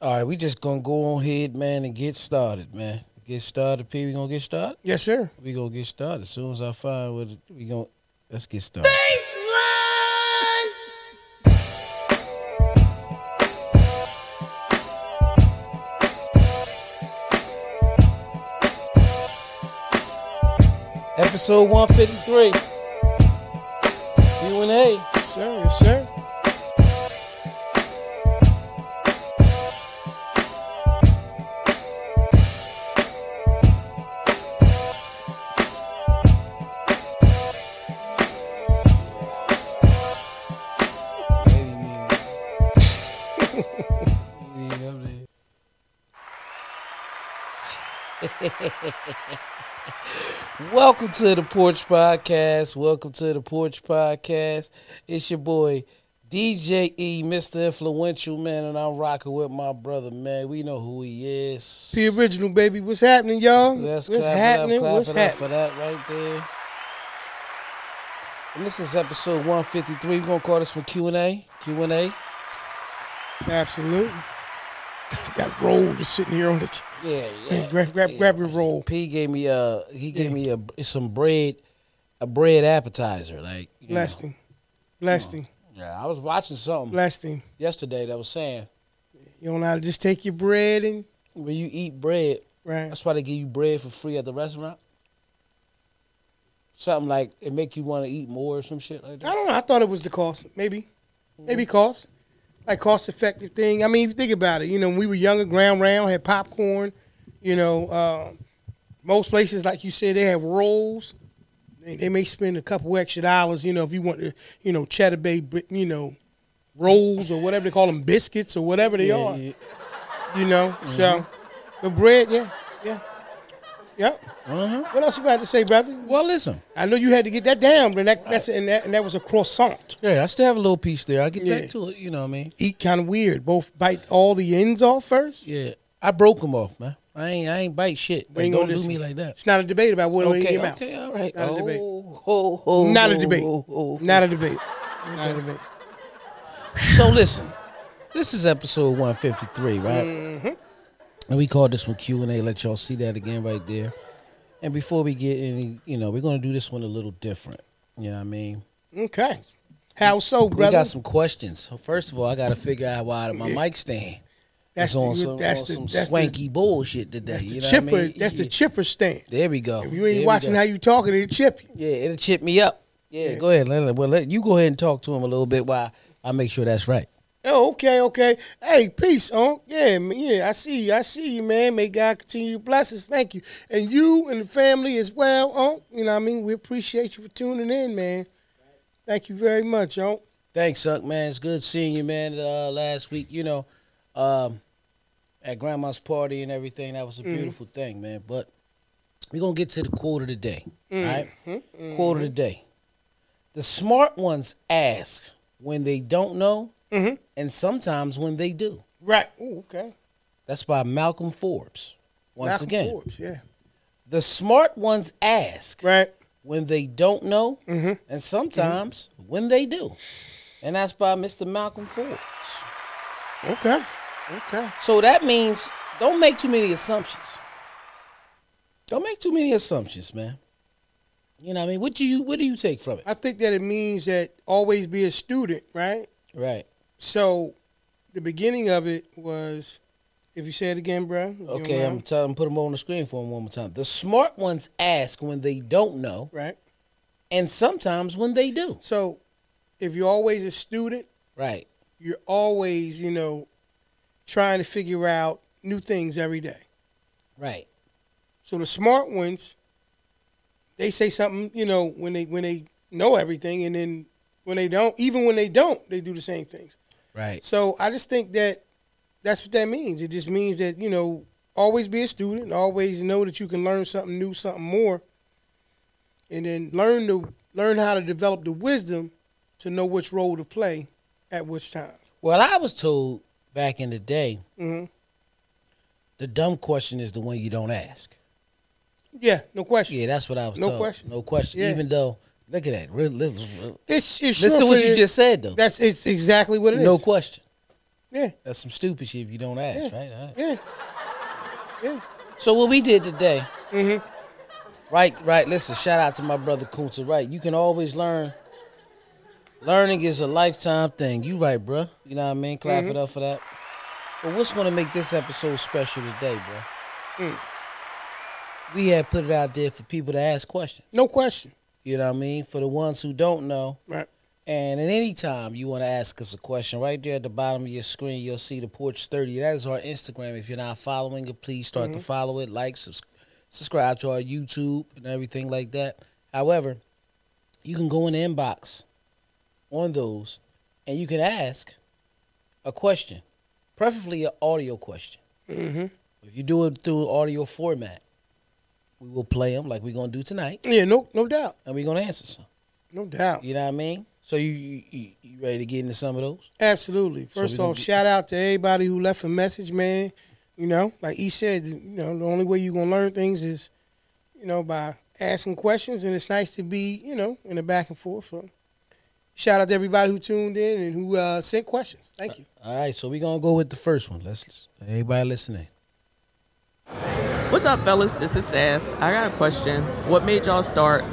All right, we just gonna go on ahead, man, and get started, man. Get started, P. We gonna get started. Yes, sir. We gonna get started. As soon as I find what it, we gonna, let's get started. Episode one fifty three. Q and A. Yes, sir. Yes, sir. Maybe me. Me up there. Welcome to the Porch Podcast. Welcome to the Porch Podcast. It's your boy DJ E, Mr. Influential Man, and I'm rocking with my brother, man. We know who he is. P original baby, what's happening, y'all? Let's what's clap happening? it up, clap what's it up for happening? that right there. And this is episode 153. We're gonna call this one Q and A. Q and A. Absolutely. Got rolled just sitting here on the Yeah, yeah. grab, grab, yeah. grab your roll. P gave me uh he gave me a some bread, a bread appetizer. Like you know. Blessed him, blessed him, Yeah, I was watching something blessed him. yesterday that was saying You don't know how to just take your bread and when you eat bread, right. that's why they give you bread for free at the restaurant. Something like it make you want to eat more or some shit like I that. don't know. I thought it was the cost. Maybe, maybe cost, like cost effective thing. I mean, if you think about it, you know, when we were younger, ground round had popcorn. You know, uh, most places, like you said, they have rolls. They, they may spend a couple extra dollars. You know, if you want to, you know, Cheddar Bay, bri- you know, rolls or whatever they call them, biscuits or whatever they Yeah, are. yeah. Mm-hmm. You know, so the bread, yeah, yeah, yep. Uh-huh. What else you got to say, brother? Well, listen. I know you had to get that down, but that, that's and that, and that was a croissant. Yeah, I still have a little piece there. I get Yeah. back to it. You know what I mean? eat kind of weird. Both bite all the ends off first. Yeah, I broke them off, man. I ain't, I ain't bite shit. We ain't Like, gonna don't do dis- me like that. It's not a debate about what okay, in Okay, your mouth. okay, all right. Not a debate. Oh, ho, ho, Not a ho, debate. ho, ho. Not a debate. Not a debate. So listen, this is episode one fifty three, right? Mm-hmm. And we call this one Q and A. Let y'all see that again right there. And before we get any, you know, we're gonna do this one a little different. You know what I mean? Okay. How so, We brother? got some questions. So first of all, I gotta figure out why my Yeah. mic stand. That's is on the- some, that's on the- some that's the- swanky bullshit today. that's you the know chipper. What I mean? That's the Yeah. chipper stand. There we go. If you There ain't we watching go. how you talking, it chip you. Yeah, it'll chip me up. Yeah, Yeah. go ahead. Let, let- well, let you go ahead and talk to him a little bit while I make sure that's right. Oh, okay, okay. Hey, peace, on. Yeah, man, yeah, I see you. I see you, man. May God continue to bless us. Thank you. And you and the family as well, on. You know what I mean? We appreciate you for tuning in, man. Thank you very much, on. Thanks, Suck man. It's good seeing you, man. Uh, last week, you know, um, at Grandma's party and everything, that was a beautiful thing, man. But we're gonna get to the quote of the day. All right? Mm-hmm. Quote of the day. The smart ones ask when they don't know, Mhm. and sometimes when they do. Right. Ooh, okay. That's by Malcolm Forbes. Once Malcolm again, Forbes, yeah. the smart ones ask. Right. when they don't know, and sometimes when they do. And that's by Mr. Malcolm Forbes. Okay. Okay. So that means don't make too many assumptions. Don't make too many assumptions, man. You know what I mean? What do you what do you take from it? I think that it means that always be a student, right? Right. So the beginning of it was if you say it again, bro. you Okay, don't I'm mind? telling put them on the screen for them one more time. The smart ones ask when they don't know, right. and sometimes when they do. So if you're always a student, Right. you're always, you know, trying to figure out new things every day. Right. So the smart ones, they say something, you know, when they when they know everything and then when they don't, even when they don't, they do the same things. Right. So I just think that that's what that means. It just means that you know always be a student, always know that you can learn something new, something more, and then learn to learn how to develop the wisdom to know which role to play at which time. Well, I was told back in the day, hmm the dumb question is the one you don't ask. Yeah, no question. Yeah, that's what I was No told. question. No question. Yeah. Even though, look at that. Re- Listen, It's, it's listen sure what for you the- just said, though. That's it's exactly what it is. No question. Yeah. That's some stupid shit if you don't ask, right? All right? Yeah. Yeah. So what we did today, Mm-hmm. right? Right. Listen, shout out to my brother Kunta. Right, you can always learn. Learning is a lifetime thing. You right, bruh. You know what I mean? Clap Mm-hmm. it up for that. But what's gonna make this episode special today, bruh? Mm. We had put it out there for people to ask questions. No question. You know what I mean? For the ones who don't know, Right. and at any time you want to ask us a question, right there at the bottom of your screen, you'll see the Porch 30. That is our Instagram. If you're not following it, please start to follow it, like, subs- subscribe to our YouTube and everything like that. However, you can go in the inbox on those and you can ask a question, preferably an audio question. Mm-hmm. If you do it through audio format, we will play them like we're going to do tonight Yeah. No. No doubt. and we're going to answer some. No doubt. You know what I mean? So you you, you, you ready to get into some of those? Absolutely. So First we gonna off, get- shout out to everybody who left a message, man. You know, like he said, you know, the only way you're gonna learn things is, you know, by asking questions, and it's nice to be, you know, in the back and forth. So, shout out to everybody who tuned in and who uh, sent questions. Thank you. All right, so we're gonna go with the first one. Let's everybody listening. What's up, fellas? This is Sass. I got a question. What made y'all start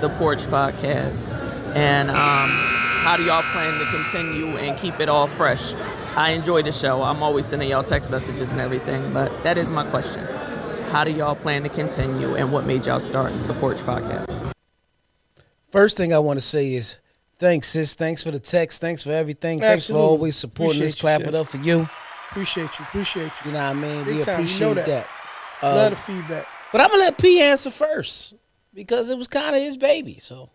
the Porch Podcast? And um, how do y'all plan to continue and keep it all fresh? I enjoy the show. I'm always sending y'all text messages and everything, but that is my question. How do y'all plan to continue and what made y'all start the Porch Podcast? First thing I want to say is thanks, sis. Thanks for the text. Thanks for everything. Thanks for Absolutely. always supporting Appreciate us. you, Clap it sis. up for you. Appreciate you. Appreciate you. You know what I mean? Big we time. You know appreciate that. that. Love Uh, the feedback. but I'm gonna let P answer first because it was kind of his baby. So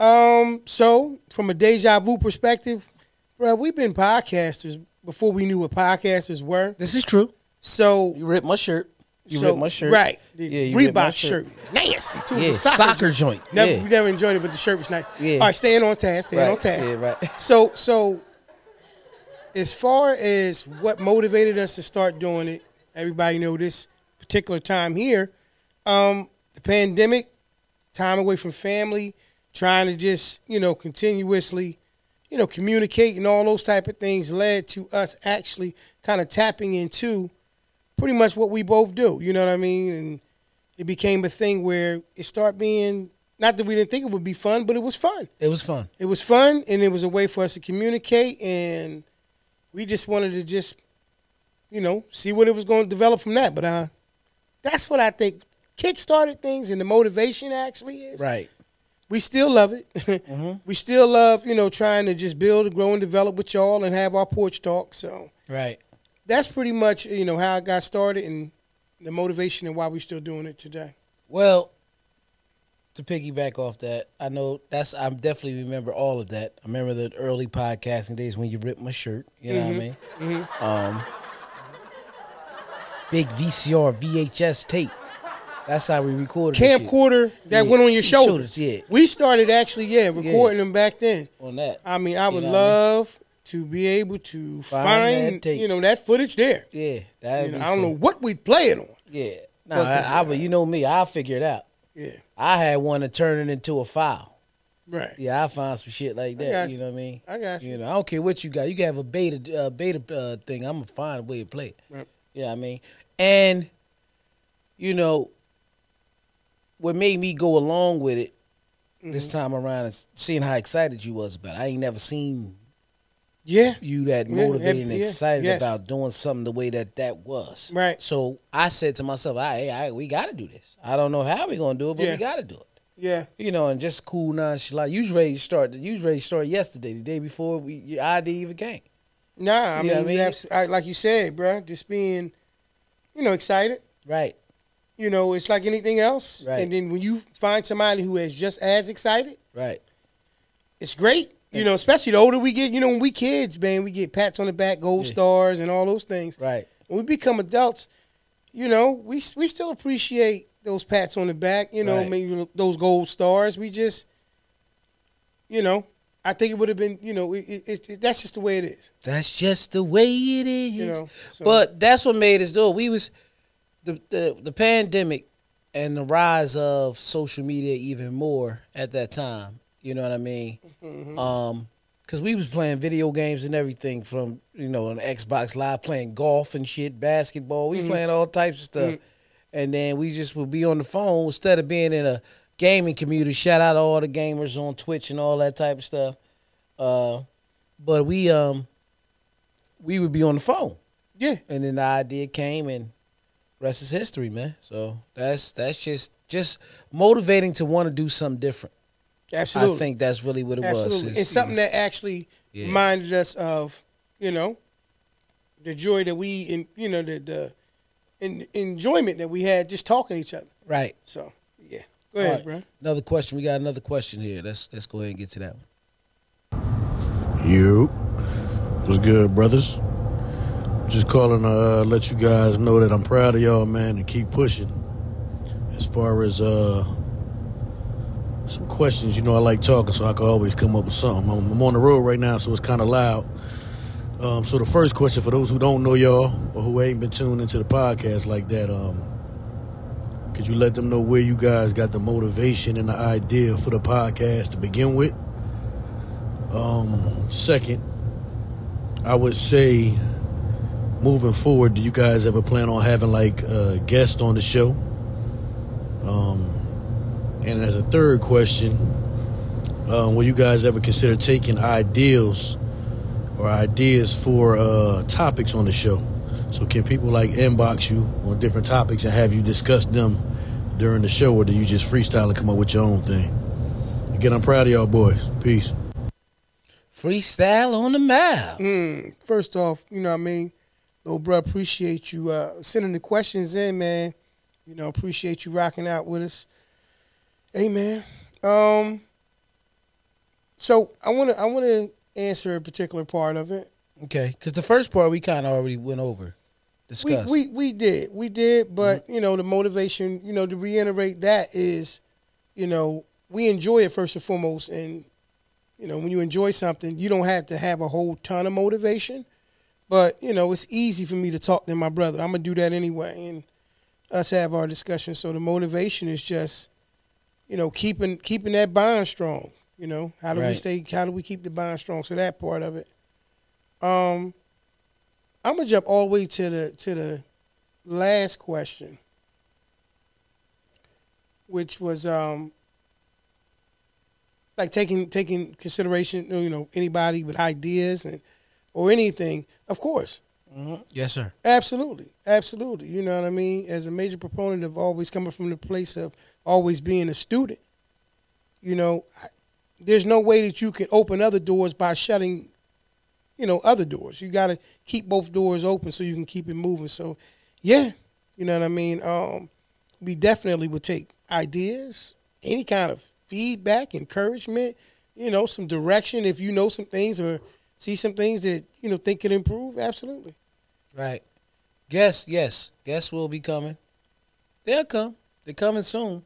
Um, so from a deja vu perspective, bro, we've been podcasters before we knew what podcasters were. this is true. So You ripped my shirt. You so, ripped my shirt. Right. The Yeah, you ripped my Reebok shirt. shirt. Nasty too. It was Yeah, a soccer, joint. Never, yeah. We never enjoyed it, but the shirt was nice. Yeah. All right, staying on task, staying Right, on task. yeah, right. So, so as far as what motivated us to start doing it, everybody know this particular time here, um, the pandemic, time away from family, trying to just you know continuously, you know, communicate and all those type of things led to us actually kind of tapping into pretty much what we both do. You know what I mean? And it became a thing where it started being not that we didn't think it would be fun, but it was fun. It was fun. It was fun, and it was a way for us to communicate, and we just wanted to just, you know, see what it was going to develop from that. But uh, that's what I think kickstarted things, and the motivation actually is Right. Mm-hmm. we still love it. We still love, you know, trying to just build, grow, and develop with y'all, and have our porch talk. So Right. that's pretty much, you know, how it got started, and the motivation, and why we're still doing it today. Well, to piggyback off that, I know that's I definitely remember all of that. I remember the early podcasting days when you ripped my shirt. You know what I Mm-hmm. mean? Um, big VCR, VHS tape. That's how we recorded. the shit camcorder that Yeah, went on your shoulders. shoulders, yeah. We started actually, yeah, recording them back then. on that. I mean, I would know what I mean? love to be able to Find find, that tape. you know that footage there. Yeah, that. You know, I don't know what we'd play it on. Yeah, no, Fuck I, this I shit would. You know me. I will figure it out. Yeah, I had one to turn it into a file. right. Yeah, I found some shit like that. got You you. know what I mean? I got you. You know, I don't care what you got. You can have a beta uh, beta uh, thing. I'm gonna find a way to play it. Right. You know what I mean? And you know, what made me go along with it this Mm-hmm. time around is seeing how excited you was about it. I ain't never seen Yeah, you that Yeah, motivated and yeah, excited yes. about doing something the way that that was. Right. So I said to myself, I, I we got to do this. I don't know how we gonna do it, but Yeah. we got to do it yeah, you know, and just cool nonchalant. You was ready to start. You was ready to start yesterday, the day before we your ID even came. nah. You know I mean, what I we mean? abs- I, like you said, bruh, just being, you know, excited. Right. You know, it's like anything else. Right. And then when you find somebody who is just as excited, Right. it's great. You know, especially the older we get. You know, when we kids, man, we get pats on the back, gold Yeah. stars, and all those things. Right. when we become adults, you know, we we still appreciate those pats on the back, you know, Right. maybe those gold stars. We just, you know, I think it would have been, you know, it, it, it, that's just the way it is. That's just the way it is. You know, so- But that's what made us do it. We was the, the the pandemic and the rise of Mm-hmm. social media even more at that time. You know what I mean? Um, Cause we was playing video games and everything from you know on Xbox Live, playing golf and shit, basketball. Mm-hmm. We playing all types of stuff, Mm. and then we just would be on the phone instead of being in a gaming community. Shout out to all the gamers on Twitch and all that type of stuff. Uh, but we um we would be on the phone, Yeah. and then the idea came, and rest is history, man. So that's that's just just motivating to want to do something different. Absolutely. I think that's really what it was. Absolutely. It's- It's something that actually Yeah. reminded us of, you know, the joy that we in you know, the the in, enjoyment that we had just talking to each other. right. So yeah. Go ahead, All right. bro. Another question. We got another question here. Let's let's go ahead and get to that one. You. What's good, brothers? Just calling to uh, let you guys know that I'm proud of y'all, man, and keep pushing. As far as uh, some questions, you know, I like talking, so I can always come up with something. I'm, I'm on the road right now, so it's kind of loud. Um, so the first question for those who don't know y'all or who ain't been tuned into the podcast like that, um, could you let them know where you guys got the motivation and the idea for the podcast to begin with? Um, second, I would say moving forward, do you guys ever plan on having like a guest on the show? Um, and as a third question, um, will you guys ever consider taking ideals or ideas for uh, topics on the show? So can people like inbox you on different topics and have you discuss them during the show, or do you just freestyle and come up with your own thing? Again, I'm proud of y'all boys. Peace. Freestyle on the map. Mm. First off, you know what I mean, little bro, appreciate you uh, sending the questions in, man. You know, appreciate you rocking out with us. Hey man. Um so I wanna I wanna answer a particular part of it. Okay, because the first part we kind of already went over, discussed. We, we we did, we did, but you know the motivation, you know, to reiterate that is, you know, we enjoy it first and foremost, and you know when you enjoy something, you don't have to have a whole ton of motivation, but you know it's easy for me to talk to my brother. I'm gonna do that anyway, and us have our discussion. So the motivation is just, you know, keeping keeping that bond strong. You know, how do we Right. stay? How do we keep the bond strong? So that part of it. Um, I'm gonna jump all the way to the to the last question, which was um like taking taking consideration you know anybody with ideas and or anything. Of course, yes, sir. Absolutely, absolutely. You know what I mean. As a major proponent of always coming from the place of always being a student, you know, I, there's no way that you can open other doors by shutting, you know, other doors. You got to keep both doors open so you can keep it moving. So, yeah, you know what I mean. Um, we definitely would take ideas, any kind of feedback, encouragement, you know, some direction. If you know some things or see some things that you know think can improve, absolutely. Right. Guess, yes, guests will be coming. They'll come. They're coming soon.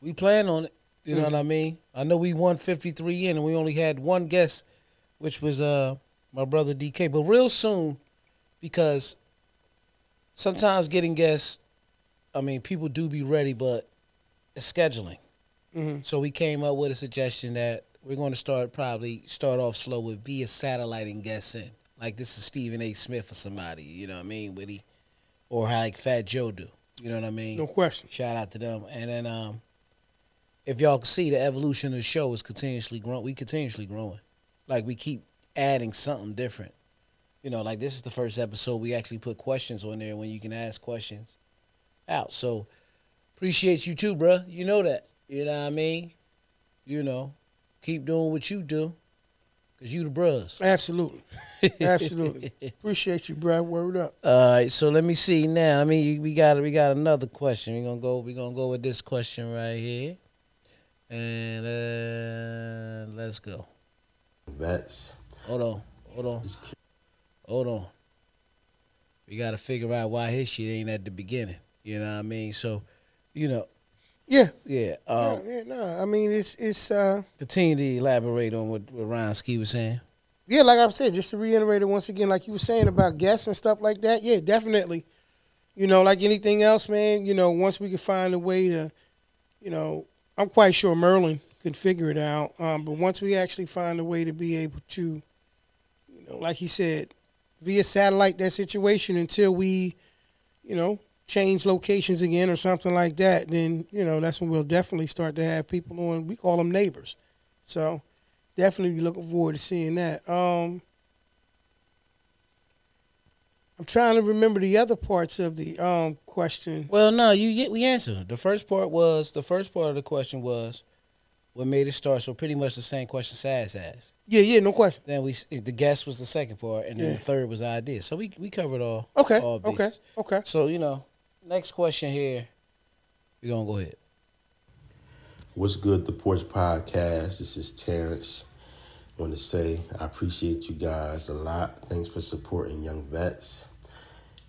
We plan on it. You know what I mean? I know we won 53 in and we only had one guest, which was uh my brother DK. But real soon, because sometimes getting guests, I mean, people do be ready, but it's scheduling. Mhm. So we came up with a suggestion that we're going to start probably start off slow with via satellite and guests in. Like this is Stephen A. Smith or somebody, you know what I mean? With he, or how like Fat Joe do, you know what I mean? No question. Shout out to them. And then um, if y'all can see the evolution of the show is continuously growing. We continuously growing. Like we keep adding something different. You know, like this is the first episode we actually put questions on there when you can ask questions out. So appreciate you too, bruh. You know that. You know what I mean? You know, keep doing what you do. Cause you the bros. Absolutely. Absolutely. Appreciate you, Brad. Word up. All right, so let me see now. I mean, we got we got another question. We're gonna go. We're gonna go with this question right here, and uh, let's go. Vets. Hold on, hold on, hold on. We gotta figure out why his shit ain't at the beginning. You know what I mean? So, you know, Yeah. yeah. Um, no, yeah, no. I mean, it's it's uh continue to elaborate on what, what Ryan Ski was saying. yeah, like I said, just to reiterate it once again, like you were saying about guests and stuff like that. Yeah, definitely. You know, like anything else, man. You know, once we can find a way to, you know, I'm quite sure Merlin could figure it out. Um, but once we actually find a way to be able to, you know, like he said, via satellite that situation until we, you know, change locations again or something like that, then you know that's when we'll definitely start to have people on. We call them neighbors. So definitely looking forward to seeing that. Um, I'm trying to remember the other parts of the um, question. Well, no, you get we answered. The first part was the first part of the question was what made it start. So pretty much the same question Saz asked. Yeah, yeah, no question. Then we the guess was the second part, and then Yeah. the third was the idea. So we we covered all. Okay, all okay, bases. okay. So you know, next question here. We're gonna go ahead. What's good, The Porch Podcast? This is Terrence. I want to say I appreciate you guys a lot. Thanks for supporting Young Vets.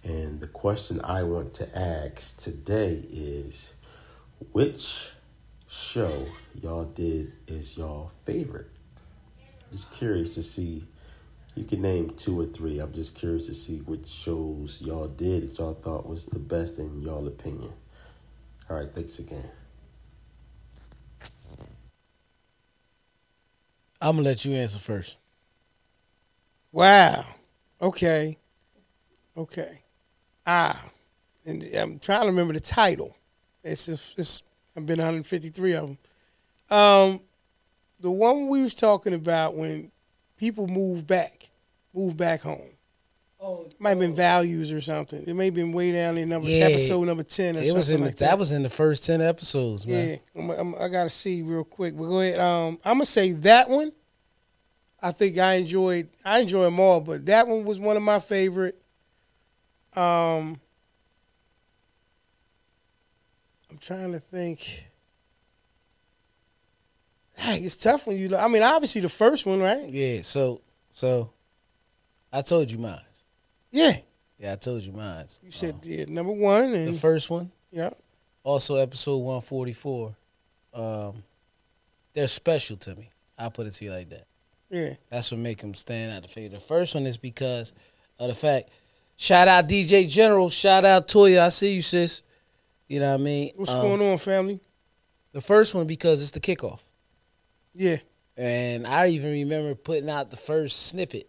And the question I want to ask today is which show y'all did is y'all favorite? Just curious to see. You can name two or three. I'm just curious to see which shows y'all did that y'all thought was the best in y'all opinion. All right, thanks again. I'm gonna let you answer first. Wow. Okay. Okay. Ah, and I'm trying to remember the title. It's it's I've been 153 of them. Um, the one we was talking about when people move back, move back home. Oh, Might have been values or something. It may have been way down in number Yeah. episode number ten or It something was in like the, that was in the first ten episodes, man. yeah, I'm, I'm, I gotta see real quick. But go ahead. Um, I'm gonna say that one. I think I enjoyed. I enjoy them all, but that one was one of my favorite. Um, I'm trying to think. Dang, it's tough when you. look- I mean, obviously the first one, right? Yeah. So so, I told you mine. Yeah, Yeah, I told you mine. you said yeah, number one, the and first one. yeah, also episode 144 um they're special to me i'll put it to you like that yeah, that's what make them stand out to figure the first one is because of the fact shout out dj general shout out toya i see you sis you know what i mean Um, what's going on, family? the first one because it's the kickoff Yeah, and i even remember putting out the first snippet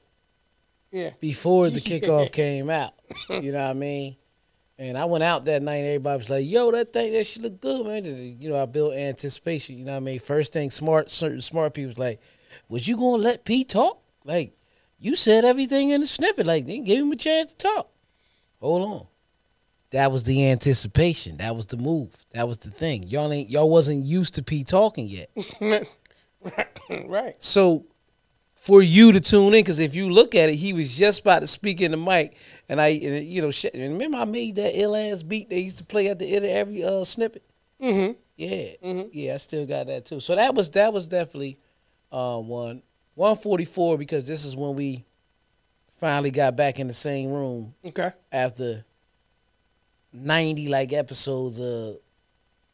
yeah, before the kickoff came out. You know what I mean? And I went out that night and everybody was like, yo, that thing, that shit look good, man. You know, I built anticipation. You know what I mean? First thing, smart, certain smart people was like, was you going to let P talk? Like, you said everything in the snippet. Like, they gave him a chance to talk. Hold on. That was the anticipation. That was the move. That was the thing. Y'all ain't y'all wasn't used to P talking yet. right. So for you to tune in, because if you look at it, he was just about to speak in the mic, and I, and, you know, shit, and remember I made that ill ass beat they used to play at the end of every uh, snippet. Mm-hmm. Yeah, yeah, I still got that too. So that was that was definitely uh, one one forty four because this is when we finally got back in the same room Okay. after ninety like episodes of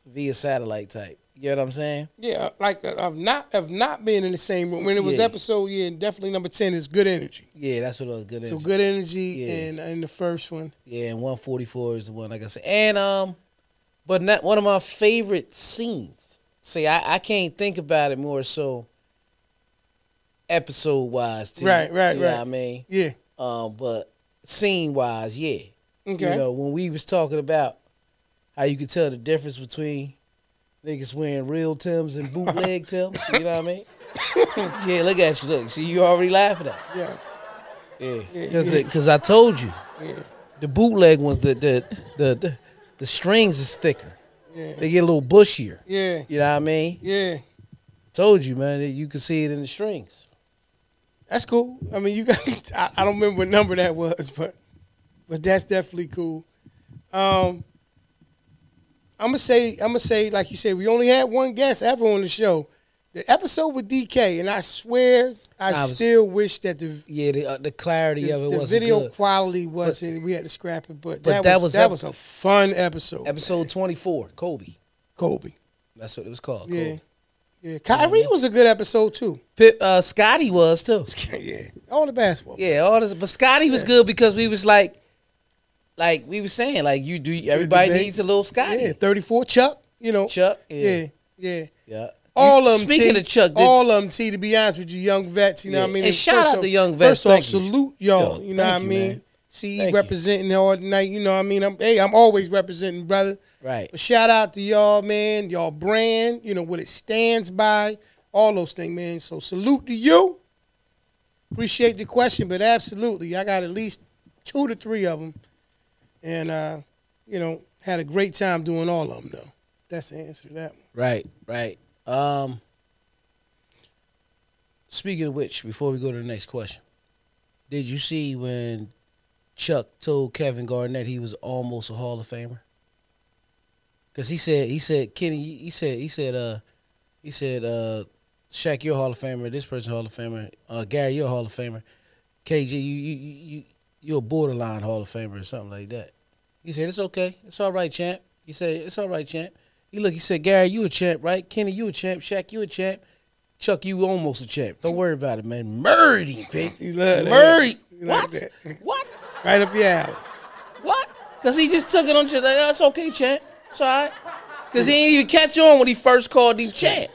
via satellite type. You know what I'm saying? Yeah, like uh, of not of not being in the same room. When it was Yeah. episode yeah, and definitely number ten is good energy. Yeah, that's what it was good. So energy. good energy Yeah. and and the first one. Yeah, and 144 is the one, like I said. And um, but not one of my favorite scenes. See, I, I can't think about it more so episode wise too. Right, right, you know right. what I mean? Yeah. Um, but scene wise, yeah. Okay. You know, when we was talking about how you could tell the difference between niggas wearing real Tims and bootleg Tims, you know what I mean? yeah, look at you, look. See, you already laughing at it. Yeah. Yeah, Yeah, because yeah. I told you Yeah. the bootleg ones, the the the the, the strings is thicker. Yeah. They get a little bushier. Yeah. You know what I mean? Yeah. Told you, man. That you can see it in the strings. That's cool. I mean you got I, I don't remember what number that was, but but that's definitely cool. Um I'ma say I'ma say, like you said, we only had one guest ever on the show. The episode with DK, and I swear I, I was- still wish that the Yeah, the, uh, the clarity the, of it the wasn't video good. quality wasn't. we had to scrap it, but, but that, that was, was that ep- was a fun episode. Episode twenty four, Kobe. Kobe. That's what it was called. Yeah. Kobe. Yeah, Kyrie was a good episode too. Pip, uh, Scotty was too. yeah, all the basketball. Yeah, all this, but Scotty was good because we was like, like we was saying, like you do. Everybody debate. needs a little Scotty. yeah, thirty-four Chuck. You know, Chuck. Yeah, yeah. Yeah. All of them. Speaking T, of Chuck, did- all of them. T. To be honest with you, young vets. You know what I mean. And shout first out off- to young vets. First off, Thank you. salute y'all. Yo, you know what I thank you, mean. man. See, Thank you. representing all night. You know what I mean. I'm hey, I'm always representing, brother. Right. But shout out to y'all, man. Y'all brand. You know what it stands by. All those things, man. So salute to you. Appreciate the question, but absolutely, I got at least two to three of them, and uh, you know had a great time doing all of them though. That's the answer to that one. Right, right. Um Speaking of which, before we go to the next question, did you see when Chuck told Kevin Garnett he was almost a Hall of Famer? Cause he said he said Kenny he he said he said uh he said uh Shaq you're a Hall of Famer this person Hall of Famer uh Gary you're a Hall of Famer KG you you you you- you're a borderline Hall of Famer or something like that. He said it's okay it's all right champ. He said it's all right champ. He look he said Gary you a champ right Kenny you a champ Shaq you a champ Chuck you almost a champ don't worry about it man murdered him bitch You love that. murdered You like what that. what Right up your alley. what? Because he just took it on. Just like, That's okay, champ. It's all right. Because he didn't even catch on when he first called him champ.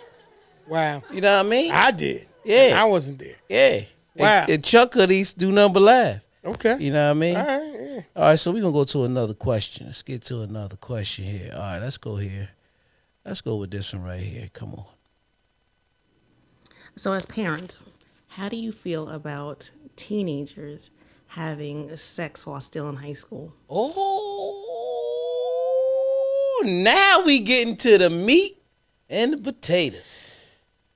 Wow. You know what I mean? I did. Yeah. I wasn't there. yeah. Wow. And, and Chuck could east do nothing but laugh. Okay. You know what I mean? All right. Yeah. All right, so we're gonna go to another question. Let's get to another question here. All right, let's go here. Let's go with this one right here. Come on. So, as parents, how do you feel about teenagers having sex while still in high school? Oh, now we getting to the meat and the potatoes.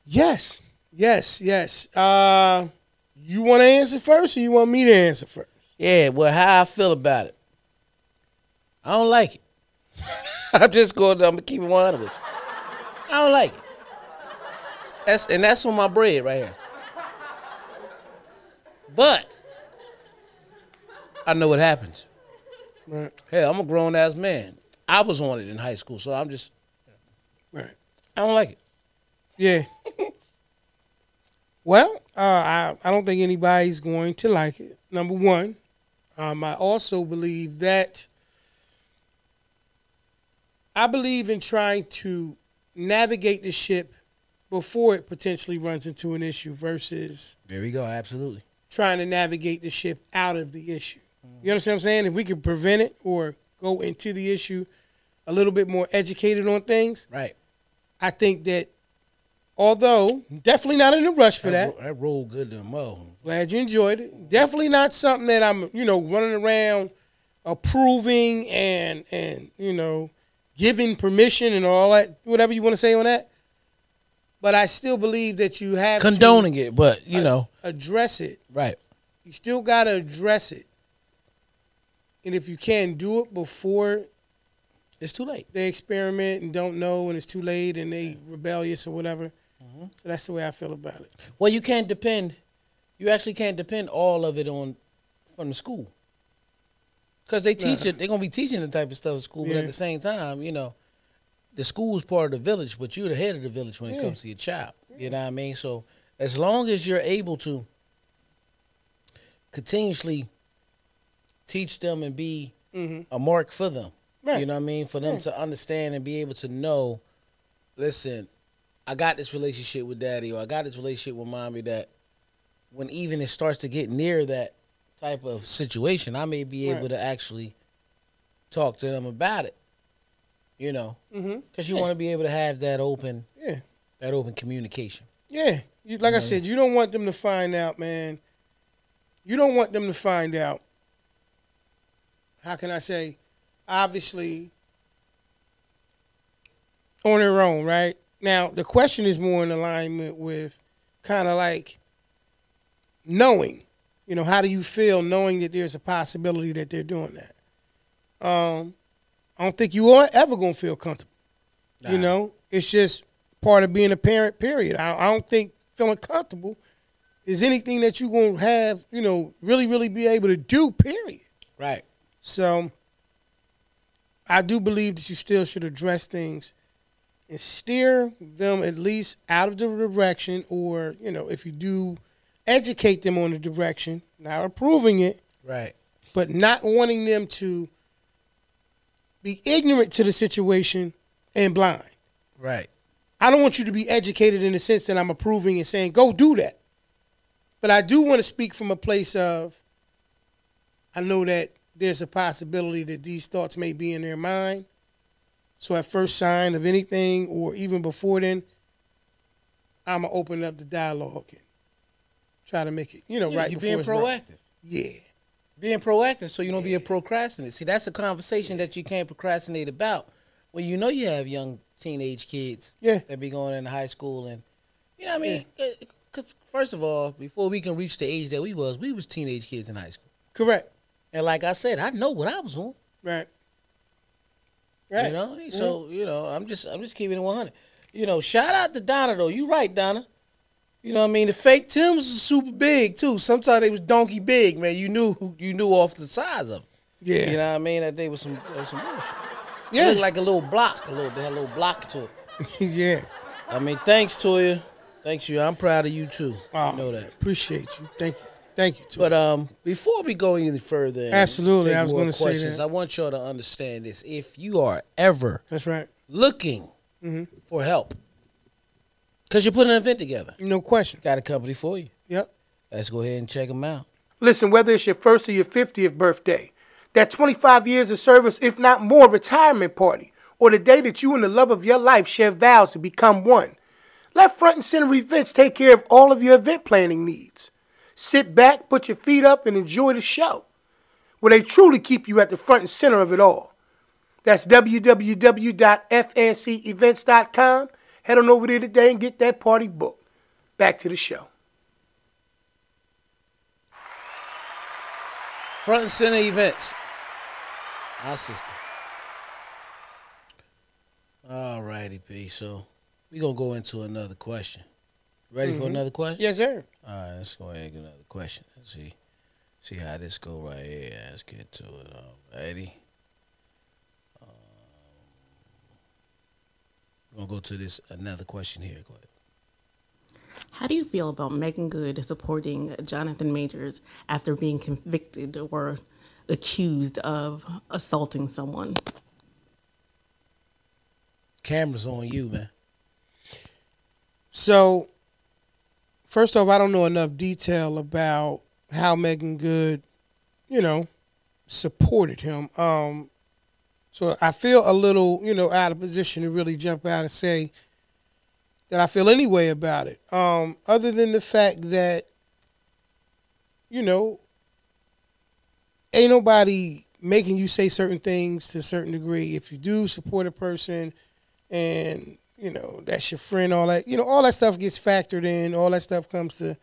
Yes. Yes. Yes. Uh, you want to answer first, or you want me to answer first? Yeah, well, how I feel about it. I don't like it. I'm just going. I'm gonna keep it 100 with you. I don't like it. That's and that's on my bread right here. But I know what happens. Right. Hell, I'm a grown ass man. I was on it in high school, so I'm just. Right. I don't like it. Yeah. well, uh, I I don't think anybody's going to like it. Number one, um, I also believe that I believe in trying to navigate the ship before it potentially runs into an issue versus There we go. Absolutely. trying to navigate the ship out of the issue. You understand what I'm saying? If we could prevent it or go into the issue a little bit more educated on things, Right. I think that although definitely not in a rush for that, ro- that rolled good to the mo. glad you enjoyed it. Definitely not something that I'm, you know, running around approving and and you know, giving permission and all that, whatever you want to say on that. But I still believe that you have to Condoning it, but you know, address it right. you still got to address it. And if you can, do it before It's too late. they experiment and don't know and it's too late and they rebellious or whatever. Mm-hmm. So that's the way I feel about it. Well, you can't depend. You actually can't depend all of it on from the school because they teach it. They're gonna be teaching the type of stuff at school, but Yeah. at the same time, you know, the school's part of the village, but you're the head of the village when it Yeah. comes to your child. You know what I mean? So as long as you're able to continuously teach them and be a mark for them, you Mm-hmm. Right. know what I mean? For them to understand and be able to know, listen, I got this relationship with daddy or I got this relationship with mommy that when even it starts to get near that type of situation, I may be able Right. to actually talk to them about it. You know, Mhm. because you want to be able to have that open, Yeah. that open communication. Yeah. You, like I said, you don't want them to find out, man. You don't want them to find out. How can I say? Obviously, on their own, right? Now, the question is more in alignment with kind of like knowing, you know, how do you feel knowing that there's a possibility that they're doing that? Um, I don't think you are ever going to feel comfortable. Nah. You know, it's just part of being a parent, period. I, I don't think feeling comfortable is anything that you're going to have, you know, really, really be able to do, period. Right. So I do believe that you still should address things and steer them at least out of the direction, or, you know, if you do educate them on the direction, not approving it, Right. but not wanting them to be ignorant to the situation and blind. Right. I don't want you to be educated in the sense that I'm approving and saying go do that. But I do want to speak from a place of I know that there's a possibility that these thoughts may be in their mind. So at first sign of anything or even before then, I'm gonna open up the dialogue and try to make it, you know, Yeah, right. you before being it's right. proactive. Yeah. Being proactive so you don't be a procrastinator. See, that's a conversation that you can't procrastinate about when you know you have young teenage kids Yeah. that be going into high school and you know what I mean? Cuz first of all, before we can reach the age that we was, we was teenage kids in high school. Correct. And like I said, I know what I was on. Right. Right. Mm-hmm. You know, so you know, I'm just I'm just keeping it 100. You know, shout out to Donna though. You right, Donna. You know what I mean? The fake Tims was super big too. Sometimes they was donkey big, man. You knew you knew off the size of. 'em. yeah. You know what I mean? That they was some that was some bullshit. It yeah. looked like a little block, a little they had a little block to it. yeah. I mean, thanks to you, thanks you. I'm proud of you too. Wow. I know that. Appreciate you. Thank you. Thank you. Too. But um, before we go any further, and Absolutely, take I was more gonna say that. questions, I want y'all to understand this. If you are ever That's right. looking for help because you're putting an event together. No question. Got a company for you. Yep. Let's go ahead and check them out. Listen, whether it's your first or your 50th birthday, that 25 years of service, if not more, retirement party, or the day that you and the love of your life share vows to become one, let Front and Center Events take care of all of your event planning needs. Sit back, put your feet up, and enjoy the show, where they truly keep you at the front and center of it all. That's www.fncevents.com. Head on over there today and get that party booked. Back to the show. Front and center events. Our sister. All righty, P. So we're going to go into another question. Ready for another question? Yes, sir. All right, let's go ahead and get another question. Let's see, see how this go right here. Let's get to it. All righty. Um, we're gonna go to this another question here. Go ahead. How do you feel about Megan Good supporting Jonathan Majors after being convicted or accused of assaulting someone? Cameras on you, man. So, first off, I don't know enough detail about how Megan Good, you know, supported him. Um, so I feel a little, you know, out of position to really jump out and say that I feel any way about it. Um, other than the fact that, you know, ain't nobody making you say certain things to a certain degree. If you do support a person, and you know that's your friend all that you know all that stuff gets factored in all that stuff comes to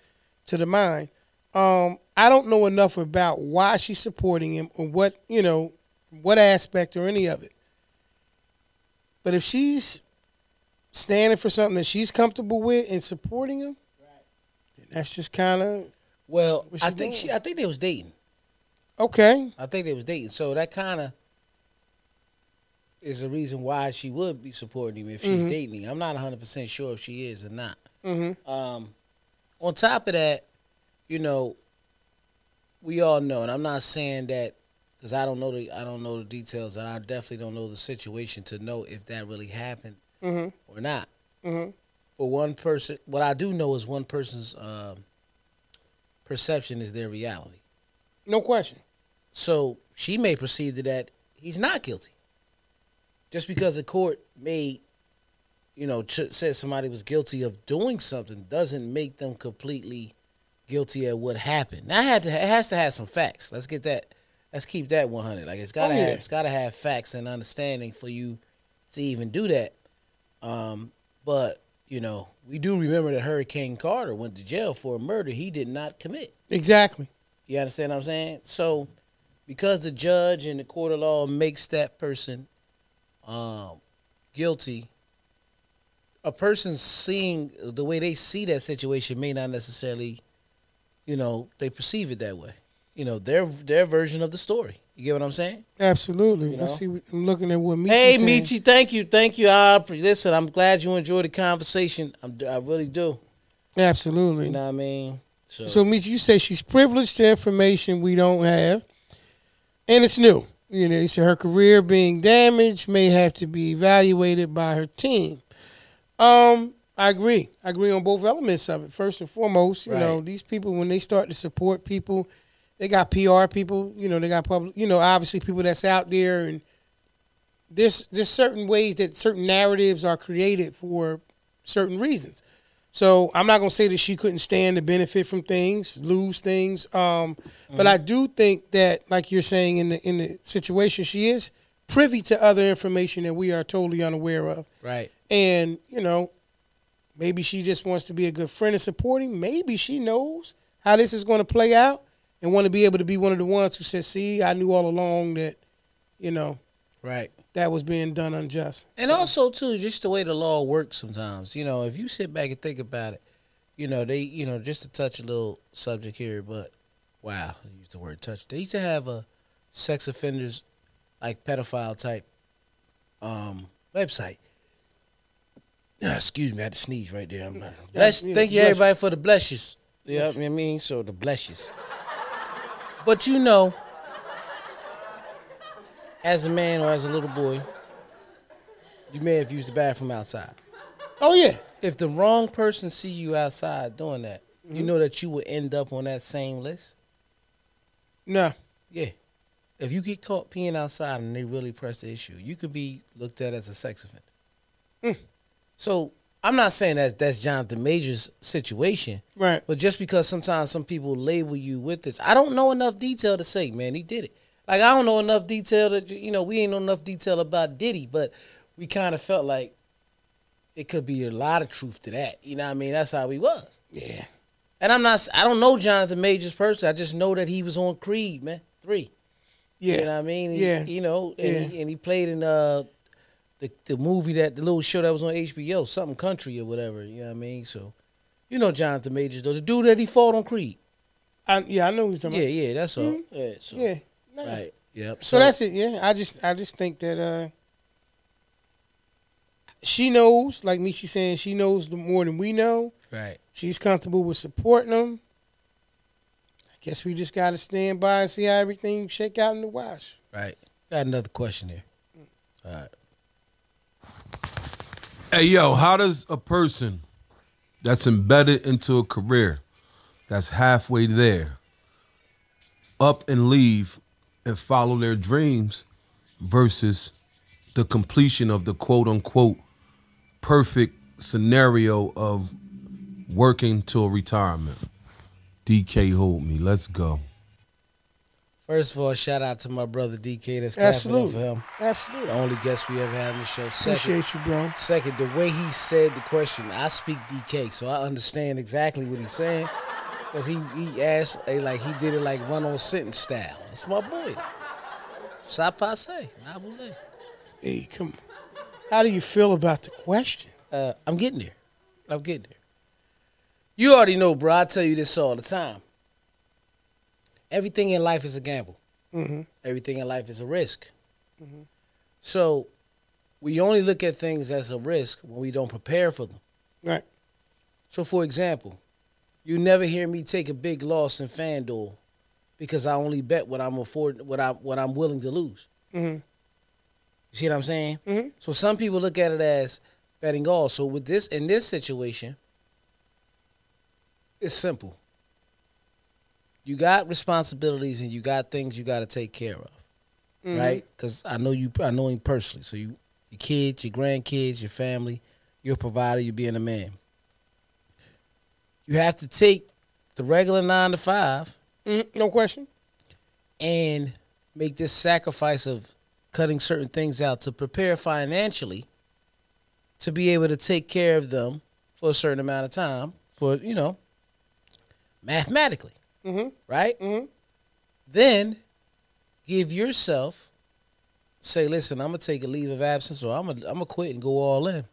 to the mind um i don't know enough about why she's supporting him or what you know what aspect or any of it but if she's standing for something that she's comfortable with and supporting him then that's just kind of Well, What I she think doing? she, I think they was dating. okay I think they was dating. So that kind of is the reason why she would be supporting him if she's dating. him. I'm not 100 percent sure if she is or not. mm-hmm. Um, on top of that, you know, we all know, and I'm not saying that because I don't know the I don't know the details, and I definitely don't know the situation to know if that really happened Mm-hmm. or not. Mm-hmm. But one person, what I do know is one person's um, perception is their reality. no question So she may perceive that he's not guilty, just because the court made, you know, ch- said somebody was guilty of doing something doesn't make them completely guilty of what happened. Now, I had to, it has to have some facts. Let's get that. Let's keep that one hundred. Like it's gotta Oh, yeah. have, it's gotta have facts and understanding for you to even do that. Um, but you know, we do remember that Hurricane Carter went to jail for a murder he did not commit. exactly You understand what I'm saying? So, because the judge and the court of law makes that person um, guilty, a person seeing the way they see that situation may not necessarily, you know, they perceive it that way. You know, their their version of the story. You get what I'm saying? absolutely You i know? see what- i'm looking at what Michi's Hey, saying. Michi, thank you, thank you. I appre- listen. I'm glad you enjoyed the conversation. I'm, I really do. absolutely You know what I mean? So, So, Mitch, you say she's privileged to information we don't have, and it's new. You know, so her career being damaged may have to be evaluated by her team. Um, I agree. I agree on both elements of it. First and foremost, you know, Right. these people when they start to support people, they got PR people. You know, they got public. You know, obviously people that's out there, and there's there's certain ways that certain narratives are created for certain reasons. So I'm not gonna say that she couldn't stand to benefit from things, lose things. Um, but I do think that, like you're saying in the in the situation, she is privy to other information that we are totally unaware of Right. and you know maybe she just wants to be a good friend and supporting maybe she knows how this is going to play out and want to be able to be one of the ones who says see i knew all along that you know Right. that was being done unjust And also too, just the way the law works sometimes. You know, if you sit back and think about it, you know, they you know, just to touch a little subject here, but wow, I used the word touch. They used to have a sex offenders like pedophile type um website. Ah, Excuse me, I had to sneeze right there. I'm not, bless, yeah, thank you bless you. everybody for the blesses. Yeah, you know what I mean, so the blesses. But you know, as a man or as a little boy, you may have used the bathroom outside. oh yeah If the wrong person see you outside doing that, you know that you will end up on that same list. no Yeah. If you get caught peeing outside and they really press the issue, you could be looked at as a sex offender. So I'm not saying that that's Jonathan Major's situation, right but just because sometimes some people label you with this, I don't know enough detail to say, man, he did it. Like I don't know enough detail that you know we ain't know enough detail about Diddy, but we kind of felt like it could be a lot of truth to that. You know what I mean? That's how we was. yeah And I'm not. I don't know Jonathan Majors personally. I just know that he was on Creed, man. Three. yeah You know what I mean? He- Yeah. You know, and, he, and he played in uh, the the movie that the little show that was on HBO, something country or whatever. You know what I mean? So, you know Jonathan Majors though, the dude that he fought on Creed. I, yeah i know what you're talking Yeah, yeah, that's all. Yeah. So, about Uh-huh. Mm-hmm. yeah Nah. Right. Yep. So that's it. Yeah, I just I just think that uh, she knows, like me, she's saying she knows the more than we know. right. She's comfortable with supporting them. I guess we just gotta stand by and see how everything shake out in the wash. Right. Got another question here. All right. Hey, yo, how does a person that's embedded into a career that's halfway there up and leave and follow their dreams versus the completion of the quote unquote perfect scenario of working till retirement? DK, hold me. Let's go. First of all, shout out to my brother DK. That's clapping up Absolutely, for him. absolutely. The only guest we ever had on the show. Second, Appreciate you, bro. Second, the way he said the question, I speak DK, so I understand exactly what he's saying. Cause he he asked eh, like he did it like run on sentence style. That's my boy. Ça passe, nah, boule. Hey, come. on. How do you feel about the question? Uh, I'm getting there. I'm getting there. You already know, bro. I tell you this all the time. Everything in life is a gamble. Everything in life is a risk. So we only look at things as a risk when we don't prepare for them. Right. So, for example, you never hear me take a big loss in FanDuel because I only bet what I'm afford, what I what I'm willing to lose. You see what I'm saying? So some people look at it as betting all. So with this in this situation, it's simple. You got responsibilities and you got things you got to take care of, right? Because I know you, I know him personally. So you, your kids, your grandkids, your family, your provider, you being a man you have to take the regular nine to five Mm, no question. and make this sacrifice of cutting certain things out to prepare financially to be able to take care of them for a certain amount of time for you know mathematically right Mhm. then give yourself say listen i'm gonna take a leave of absence or i'm gonna I'm gonna quit and go all in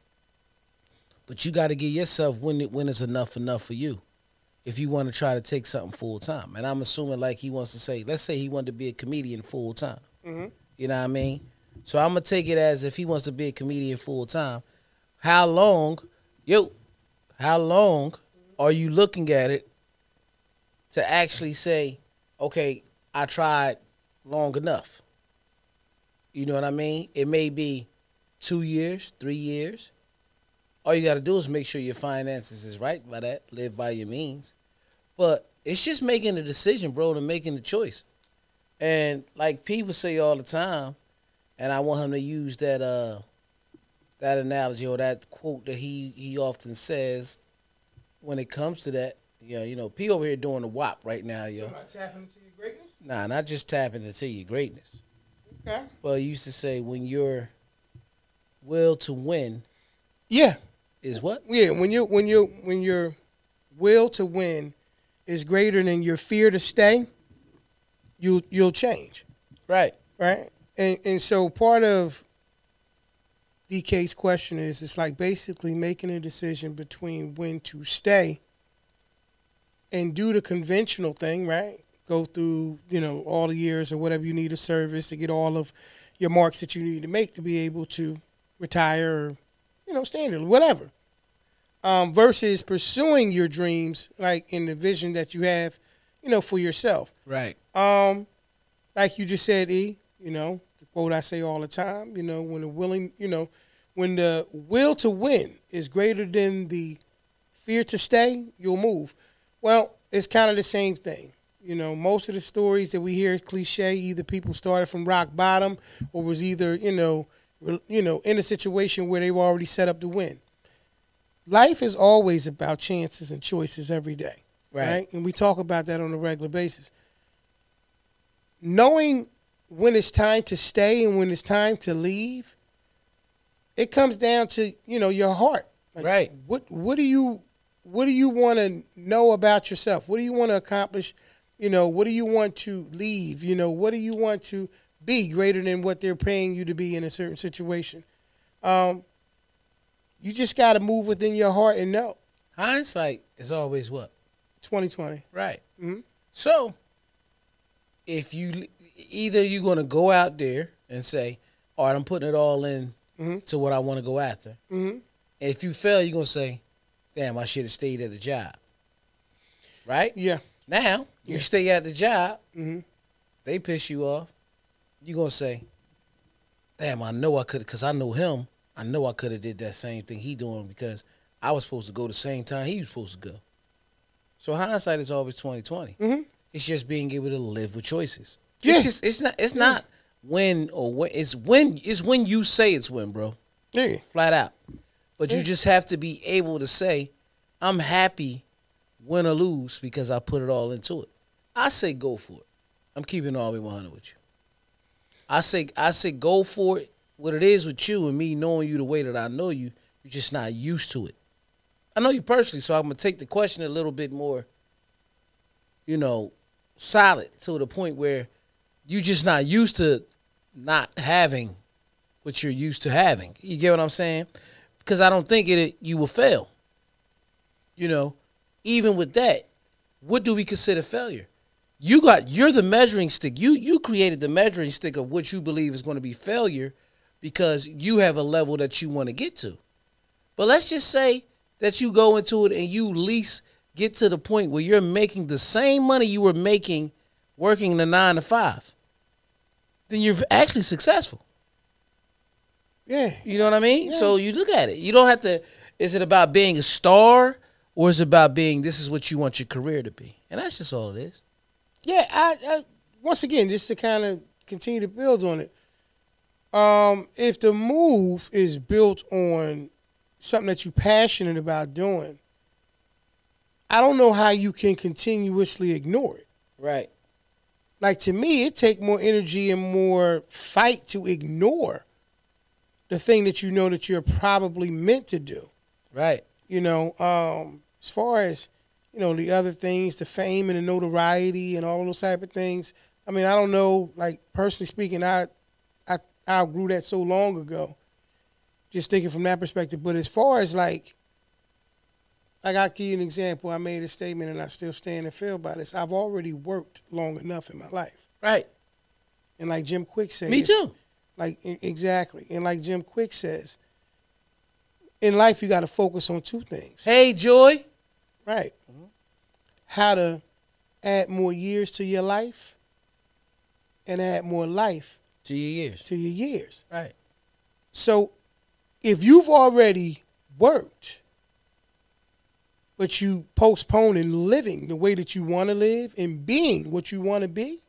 but you got to give yourself when it when it's enough enough for you if you want to try to take something full time. And I'm assuming like he wants to say, let's say he wanted to be a comedian full time. You know what I mean? So I'm gonna take it as if he wants to be a comedian full time. How long, yo? How long are you looking at it to actually say, okay, I tried long enough? You know what I mean? It may be two years, three years, All you got to do is make sure your finances is right by that, live by your means. But it's just making a decision, bro, and making a choice. And like people say all the time, and I want him to use that uh that analogy or that quote that he he often says when it comes to that. Yeah, you know, P over here doing the WAP right now, yo. tapping into your greatness. Nah, not just tapping into your greatness. Okay. Well, you used to say when your will to win Yeah. is what? Yeah, when you when you when your will to win is greater than your fear to stay, you you'll change, Right. right? And and so part of DK's question is it's like basically making a decision between when to stay and do the conventional thing, right? Go through, you know, all the years or whatever you need of service to get all of your marks that you need to make to be able to retire or, you know, standard, whatever. Um, versus pursuing your dreams, like in the vision that you have, you know, for yourself. Right. Um, like you just said, E. You know, the quote I say all the time. You know, when the willing, you know, when the will to win is greater than the fear to stay, you'll move. Well, it's kind of the same thing. You know, most of the stories that we hear cliche. Either people started from rock bottom, or was either you know, re- you know, in a situation where they were already set up to win. Life is always about chances and choices every day, Right. right? And we talk about that on a regular basis knowing when it's time to stay and when it's time to leave, it comes down to you know your heart. Like, Right. What What do you What do you want to know about yourself? What do you want to accomplish? You know, what do you want to leave? You know, what do you want to be greater than what they're paying you to be in a certain situation? Um, you just got to move within your heart and know. Hindsight is always what? 2020. Right. Mhm. So, if you either you're going to go out there and say, "All right, I'm putting it all in Mhm. to what I want to go after." Mm-hmm. If you fail, you're going to say, "Damn, I should have stayed at the job." Right? Yeah. Now, you stay at the job, Mhm. they piss you off. You're going to say, "Damn, I know I could cuz I know him. I know I could have did that same thing he doing because I was supposed to go the same time he was supposed to go." So hindsight is always 2020. Mhm. It's just being able to live with choices. Yeah. It's just it's not it's not when or when it's when it's when you say it's when, bro Yeah. flat out. But Yeah. you just have to be able to say, I'm happy win or lose because I put it all into it. I say go for it. I'm keeping all the way 100 with you. I say I say go for it. What it is with you and me knowing you the way that I know you, you're just not used to it. I know you personally, so I'm gonna take the question a little bit more, you know, solid to the point where you're just not used to not having what you're used to having. You get what I'm saying? Because I don't think it you will fail. You know, even with that, what do we consider failure? You got you're the measuring stick. You you created the measuring stick of what you believe is going to be failure because you have a level that you want to get to. But let's just say that you go into it and you least get to the point where you're making the same money you were making working the 9 to 5. Then you're actually successful. Yeah. You know what I mean? So you look at it. You don't have to. Is it about being a star, or is it about being this is what you want your career to be? And that's just all it is. Yeah, I, I once again just to kind of continue to build on it. Um, if the move is built on something that you're passionate about doing, I don't know how you can continuously ignore it. Right. Like to me, it take more energy and more fight to ignore the thing that you know that you're probably meant to do Right. you know, um, as far as you know, the other things, the fame and the notoriety and all those type of things. I mean, I don't know. Like personally speaking, I, I, I grew that so long ago. Just thinking from that perspective. But as far as like, like I'll give you an example. I made a statement, and I still stand and feel by this. I've already worked long enough in my life, Right. and like Jim Quick said, Me it's- too. like e- exactly, and like Jim Quick says, in life you got to focus on two things. Hey, Joy. Right. How to add more years to your life and add more life To your years. to your years. Right. So if you've already worked, but you postponing living the way that you want to live and being what you want to be,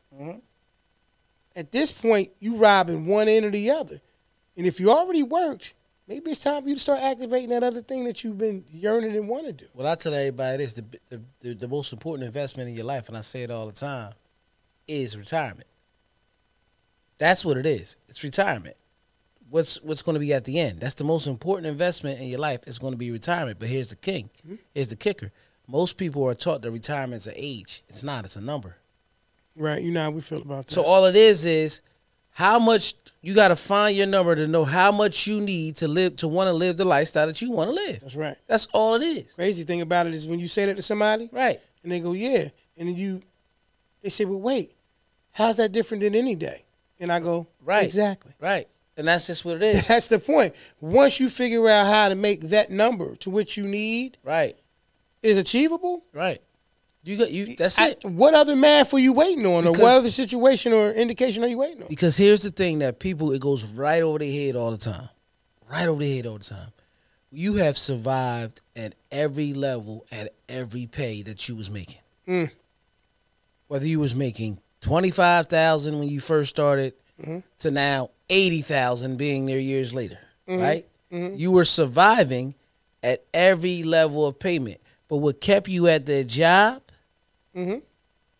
at this point you robbing one end or the other. And if you already worked, maybe it's time for you to start activating that other thing that you've been yearning and want to do. Well, I tell everybody this: the, the the the most important investment in your life, and I say it all the time, is retirement. That's what it is. It's retirement. What's what's going to be at the end? That's the most important investment in your life. It's going to be retirement. But here's the king. Here's the kicker. Most people are taught that retirement's an age. It's not. It's a number. Right? You know how we feel about that. So all it is is how much you got to find your number to know how much you need to live to want to live the lifestyle that you want to live. that's right. That's all it is. Crazy thing about it is when you say that to somebody, Right. And they go, yeah. And then you, they say, well, wait, how's that different than any day? And I go, Right. exactly. Right. And that's just what it is. That's the point. Once you figure out how to make that number to which you need right. is achievable, Right. You got you. That's I- it. what other math are you waiting on, or what Because- other situation or indication are you waiting on? Because here's the thing that people it goes right over their head all the time, right over their head all the time. You have survived at every level at every pay that you was making. Whether you was making twenty five thousand when you first started to now eighty thousand being there years later, right? You were surviving at every level of payment, but what kept you at that job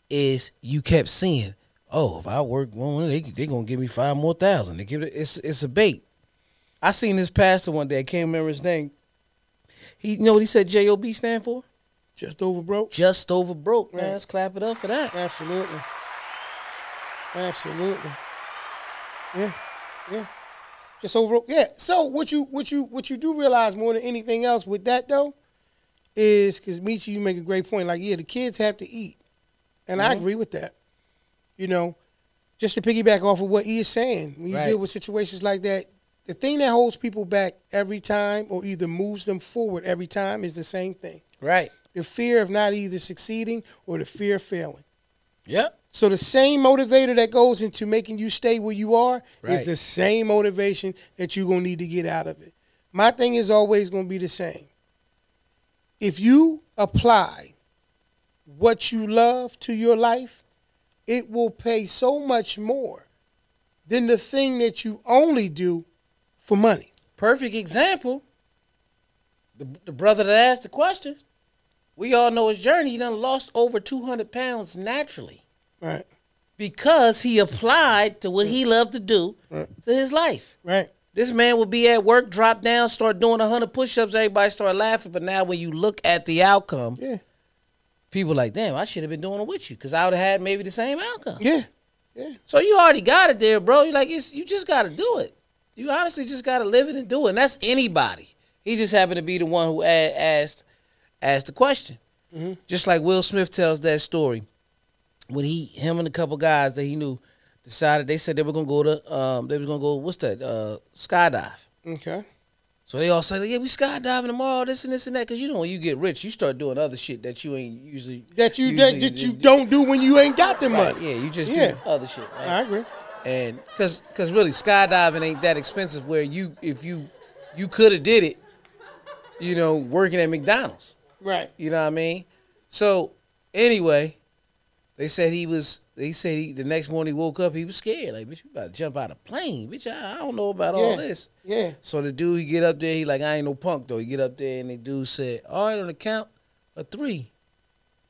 is you kept seeing, oh, if I work one, they they gonna give me five more thousand. They give it, it's it's a bait. I seen this pastor one day. I can't remember his name. He you know what he said J O B stand for? Just over broke. Just over broke. Right. Man, let's clap it up for that. Absolutely. Absolutely. Yeah. Yeah. Just overall, yeah. So what you what you what you do realize more than anything else with that though, is because Michi, you make a great point. Like, yeah, the kids have to eat, and I agree with that. You know, just to piggyback off of what E is saying, when you Right. deal with situations like that, the thing that holds people back every time, or either moves them forward every time, is the same thing: Right. the fear of not either succeeding or the fear of failing. Yep. So the same motivator that goes into making you stay where you are is Right. the same motivation that you're gonna need to get out of it. My thing is always gonna be the same. If you apply what you love to your life, it will pay so much more than the thing that you only do for money. Perfect example. The, the brother that asked the question, we all know his journey. He done lost over two hundred pounds naturally Right, because he applied to what he loved to do to his life. right. This man would be at work, drop down, start doing 100 push ups. Everybody start laughing. But now, when you look at the outcome, Yeah. people like, damn, I should have been doing it with you because I would have had maybe the same outcome. Yeah. So you already got it there, bro. You like it's you just got to do it. You honestly just got to live it and do it. And that's anybody. He just happened to be the one who a- asked asked the question. Mm-hmm. Just like Will Smith tells that story when he him and a couple guys that he knew decided they said they were gonna go to um they was gonna go what's that uh skydive. Okay. So they all say, yeah, we skydiving tomorrow, this and this and that. Because you know, when you get rich, you start doing other shit that you ain't usually That you usually, that, that you don't do when you ain't got the Right, money. yeah, you just Yeah. do other shit. Right? I agree. and because because really skydiving ain't that expensive where you if you you could have did it you know working at mcdonald's Right. you know what i mean so anyway they said he was they said he, the next morning he woke up he was scared like bitch we about to jump out of plane bitch i, I don't know about all Yeah. this Yeah. so the dude he get up there he like i ain't no punk though he get up there and the dude said all right on the count of three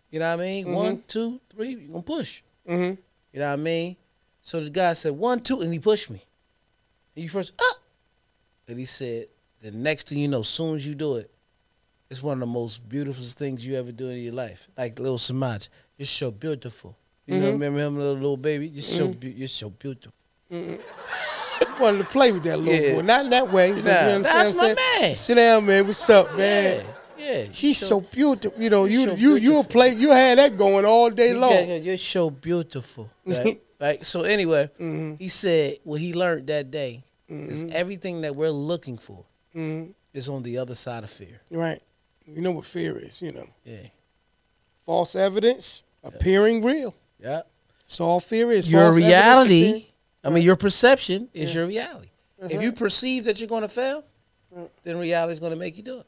you know what i mean One, two three you gonna push Mm-hmm. you know what I mean? So the guy said, one, two, and he pushed me. And you first, up. And he said, the next thing you know, soon as you do it, it's one of the most beautiful things you ever do in your life. Like Lil Samaj, you're so beautiful. You Mm-hmm. know, remember him, little, little baby? You're so, beau- you're so beautiful. wanted to play with that little Yeah. boy. Not in that way. but Nah, you understand that's what I'm my saying? man. Sit down, man. What's up, man? Yeah. yeah. She's so, beautiful. You know, you so you you'll play you had that going all day long. Yeah, yeah, you're so beautiful. Right? Like, so anyway, Mm-hmm. he said what he learned that day is everything that we're looking for Mm-hmm. is on the other side of fear. Right. You know what fear is, you know. Yeah. False evidence appearing real. Yeah. So all fear is your false evidence reality. appearing- I mean, your perception is your reality. If you perceive that you're going to fail, then reality's gonna make you do it.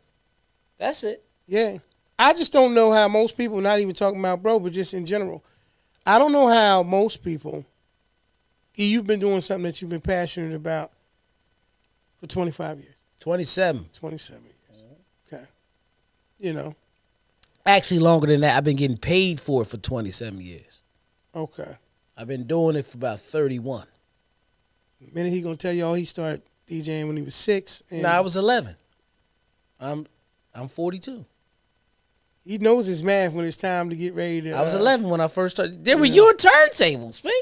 That's it. Yeah. I just don't know how most people, not even talking about bro, but just in general, I don't know how most people, E, you've been doing something that you've been passionate about for 25 years, Twenty seven. 27 years. Okay. You know, Actually longer than that. I've been getting paid for it for twenty seven years. okay. I've been doing it for about thirty one. The minute he going to tell y'all he started DJing when he was six. And No, I was eleven. I'm I'm forty two. he knows his math when it's time to get ready to. I was uh, eleven when I first started. There were your turntables, man.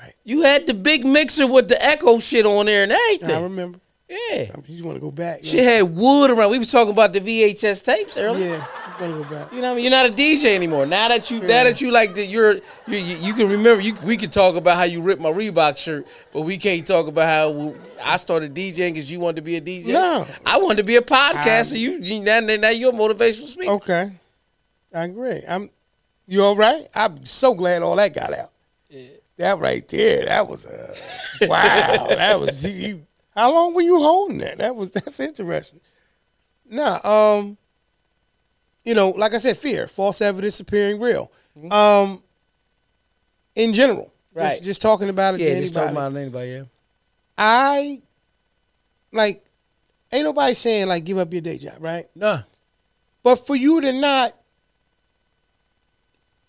Right. You had the big mixer with the echo shit on there and I everything. remember. Yeah. You want to go back. yeah. She had wood around. We was talking about the VHS tapes earlier. Yeah, you want to go back. You know, what I mean? you're not a DJ anymore. Now that you, now that you like that, you're you, you, you can remember. You, we could talk about how you ripped my Reebok shirt, but we can't talk about how I started DJing because you wanted to be a DJ. No. I wanted to be a podcaster. you, you now, now you're a motivational speaker. Okay, I agree. I'm. You all right? I'm so glad all that got out. That right there, that was a wow. that was you, you- How long were you holding that? That was that's interesting. Nah, um, you know, like I said, fear, false evidence appearing real. Um, in general, Mm-hmm. Right. Just, just talking about it. to Yeah, just anybody. talking about anybody. Yeah. I like. Ain't nobody saying like give up your day job, right? No. But for you to not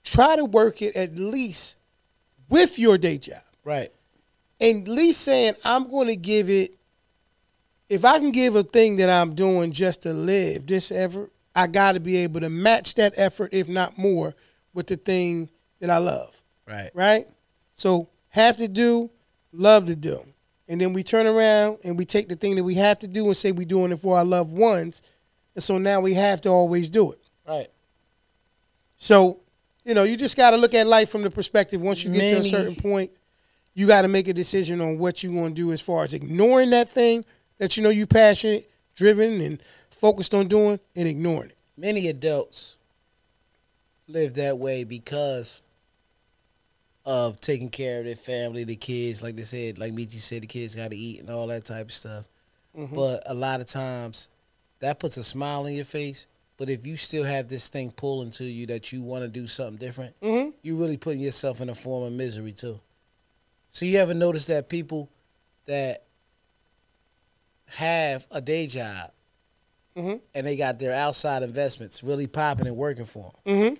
try to work it at least with your day job, Right. and at least saying, I'm going to give it, if I can give a thing that I'm doing just to live this effort, I got to be able to match that effort, if not more, with the thing that I love, Right. right? So have to do, love to do. And then we turn around and we take the thing that we have to do and say we're doing it for our loved ones. And so now we have to always do it. Right. So, you know, you just got to look at life from the perspective. Once you get to a Many- certain point, you got to make a decision on what you're going to do as far as ignoring that thing that you know you're passionate, driven, and focused on doing, and ignoring it. many adults live that way because of taking care of their family, the kids, like they said, like Michi said, the kids got to eat and all that type of stuff. Mm-hmm. But a lot of times, that puts a smile on your face. But if you still have this thing pulling to you that you want to do something different, Mhm. you're really putting yourself in a form of misery too. So you ever notice that people that have a day job Mhm. and they got their outside investments really popping and working for them, Mm-hmm.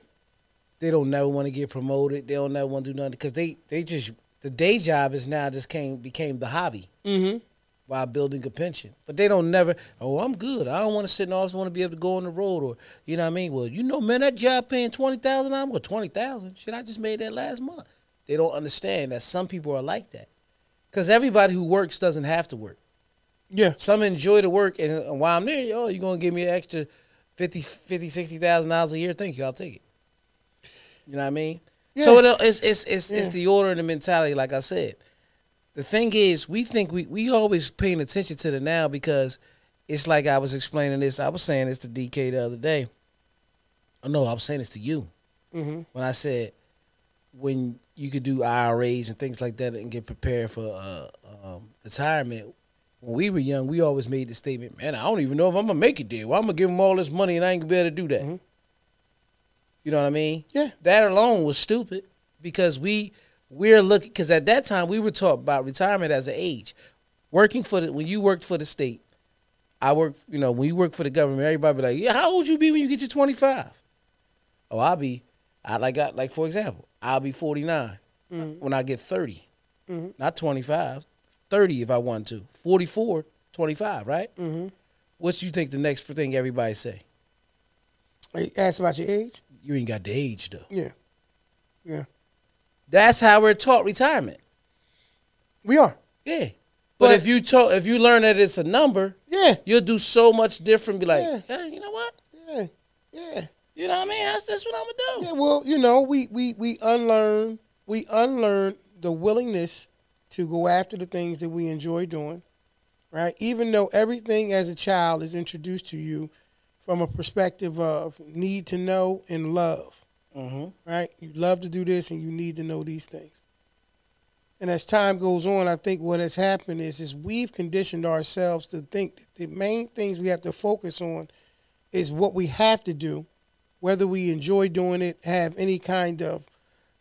they don't never want to get promoted. They don't never want to do nothing because they they just the day job is now just came became the hobby Mm-hmm. while building a pension. But they don't never, oh, I'm good. I don't want to sit in office. I want to be able to go on the road or, you know what I mean? Well, you know, man, that job paying 20000 I'm going, 20000 Shit, I just made that last month. They don't understand that some people are like that. Because everybody who works doesn't have to work. Yeah. Some enjoy the work, and uh, while I'm there, oh, you're going to give me an extra 50, 50 $60,000 dollars a year? Thank you. I'll take it. You know what I mean? So it, uh, it's it's it's, it's the order and the mentality, like I said. The thing is, we think we we always paying attention to the now because it's like I was explaining this. I was saying this to DK the other day. Oh no, I was saying this to you Mhm. when I said when you could do IRAs and things like that and get prepared for uh, um, retirement. When we were young, we always made the statement, "Man, I don't even know if I'm gonna make it there. Well, I'm gonna give them all this money and I ain't gonna be able to do that." You know what I mean? Yeah. That alone was stupid because we we're looking because at that time we were taught about retirement as an age. Working for the when you worked for the state, I work. You know when you work for the government, everybody be like, "Yeah, how old you be when you get your 25?" Oh, I'll be, I like I, like for example, I'll be 49 Mm-hmm. when I get 30, not 25, 30 if I want to, 44, 25, right? Mm-hmm. What you think the next thing everybody say? Hey, ask about your age. You ain't got the age though. Yeah. Yeah. That's how we're taught retirement. We are. Yeah. But, But- if you told if you learn that it's a number, Yeah. you'll do so much different. Be like, Yeah. "Hey, you know what? Yeah. Yeah. You know what I mean? That's just what I'm gonna Yeah, do. well, you know, we we we unlearn we unlearn the willingness to go after the things that we enjoy doing, right? Even though everything as a child is introduced to you from a perspective of need to know and love, Mm-hmm. right? You love to do this and you need to know these things. And as time goes on, I think what has happened is is we've conditioned ourselves to think that the main things we have to focus on is what we have to do, whether we enjoy doing it, have any kind of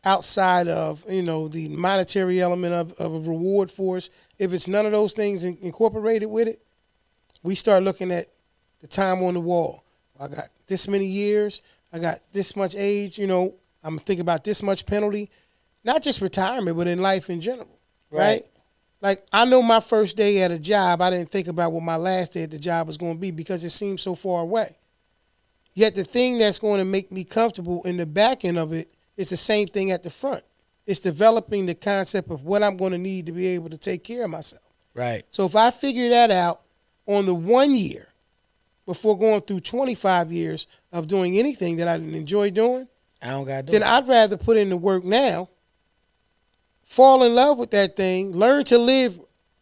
outside of you know the monetary element of, of a reward for us. If it's none of those things in, incorporated with it, we start looking at the time on the wall. I got this many years. I got this much age. You know, I'm thinking about this much penalty, not just retirement, but in life in general, right? Right. Like I know my first day at a job, I didn't think about what my last day at the job was going to be because it seemed so far away. Yet the thing that's going to make me comfortable in the back end of it is the same thing at the front. It's developing the concept of what I'm going to need to be able to take care of myself. Right. So if I figure that out on the one year before going through 25 years of doing anything that I didn't enjoy doing, I don't got to do then it. I'd rather put in the work now, fall in love with that thing, learn to live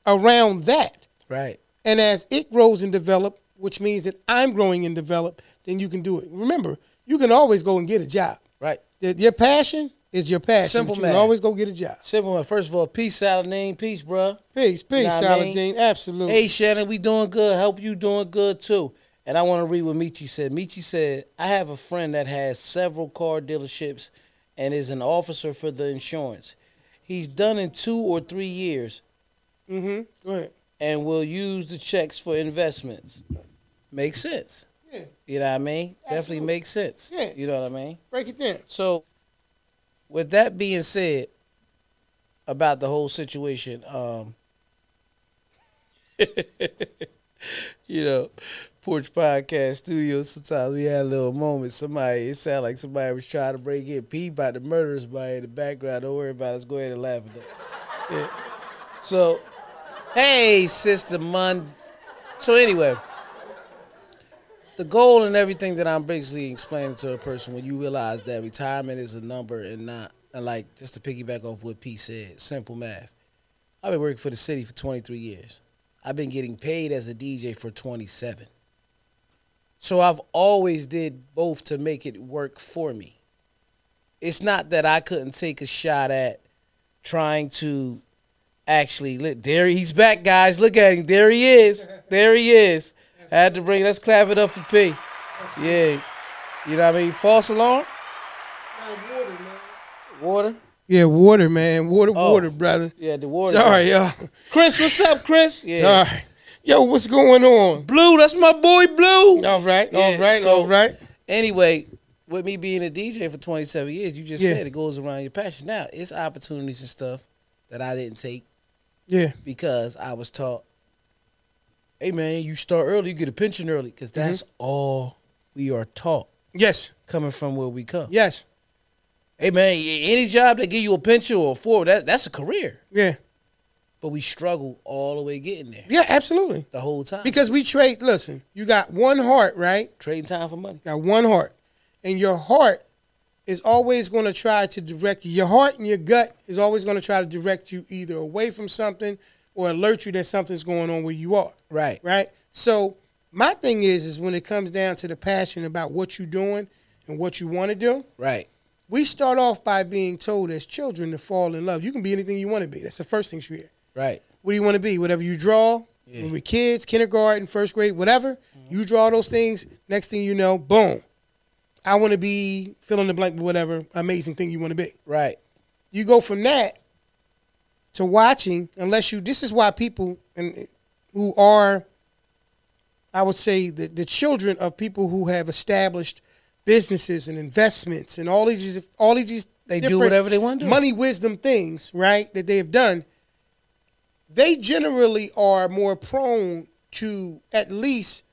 around that. right. And as it grows and develop, which means that I'm growing and develop, then you can do it. Remember, you can always go and get a job. Right. Your- Your passion is your passion. Simple but you man. can always go get a job. Simple one. First of all, peace, Saladin. Peace, bruh. Peace, peace, Nah, man. Saladin. Absolutely. Hey Shannon, we doing good. Hope you doing good too. And I want to read what Michi said. Michi said, I have a friend that has several car dealerships and is an officer for the insurance. He's done in two or three years Mm-hmm. Go ahead. and will use the checks for investments. Makes sense. Yeah. You know what I mean? Definitely makes sense. Yeah. You know what I mean? Break it down. So, with that being said, about the whole situation, um, you know, Porch Podcast Studio. Sometimes we had a little moment. Somebody, it sounded like somebody was trying to break in. Pee about the murderers by in the background. Don't worry about us. Go ahead and laugh at that. Yeah. So, hey, Sister Mun. So anyway the goal and everything that I'm basically explaining to a person when you realize that retirement is a number and not and like just to piggyback off what P said, simple math. I've been working for the city for 23 years. I've been getting paid as a DJ for 27. So I've always did both to make it work for me. It's not that I couldn't take a shot at trying to actually look there he's back guys look at him there he is there he is I had to bring let's clap it up for p yeah you know what i mean false alarm water Yeah, water, man. Water, Oh. water, brother. yeah the water Sorry, y'all. chris what's up chris yeah Sorry. Yo, what's going on? blue that's my boy blue All right, all Yeah, right, so- all right. anyway with me being a dj for 27 years you just Yeah. said it goes around your passion now it's opportunities and stuff that i didn't take Yeah, because I was taught, hey man, you start early, you get a pension early, because that's all we are taught yes, coming from where we come. yes, Hey man, a- any job that give you a pension or a four, that that's a career. yeah, But we struggle all the way getting there yeah, absolutely. the whole time. Because we trade. Listen, you got one heart, right? Trading time for money. Got one heart, and your heart is always going to try to direct you. Your heart and your gut is always going to try to direct you either away from something or alert you that something's going on where you are. Right. right? So my thing is, is when it comes down to the passion about what you're doing and what you want to do, Right. we start off by being told as children to fall in love. You can be anything you want to be. That's the first thing you hear. Right. What do you want to be? Whatever you draw. When we're kids, kindergarten, first grade, whatever, you draw those things. Next thing you know, boom. I want to be fill in the blank with whatever amazing thing you want to be Right. you go from that to watching unless you this is why people and who are i would say the, the children of people who have established businesses and investments and all these all of these They do different whatever they wanna do. money wisdom things right that they have done they generally are more prone to at least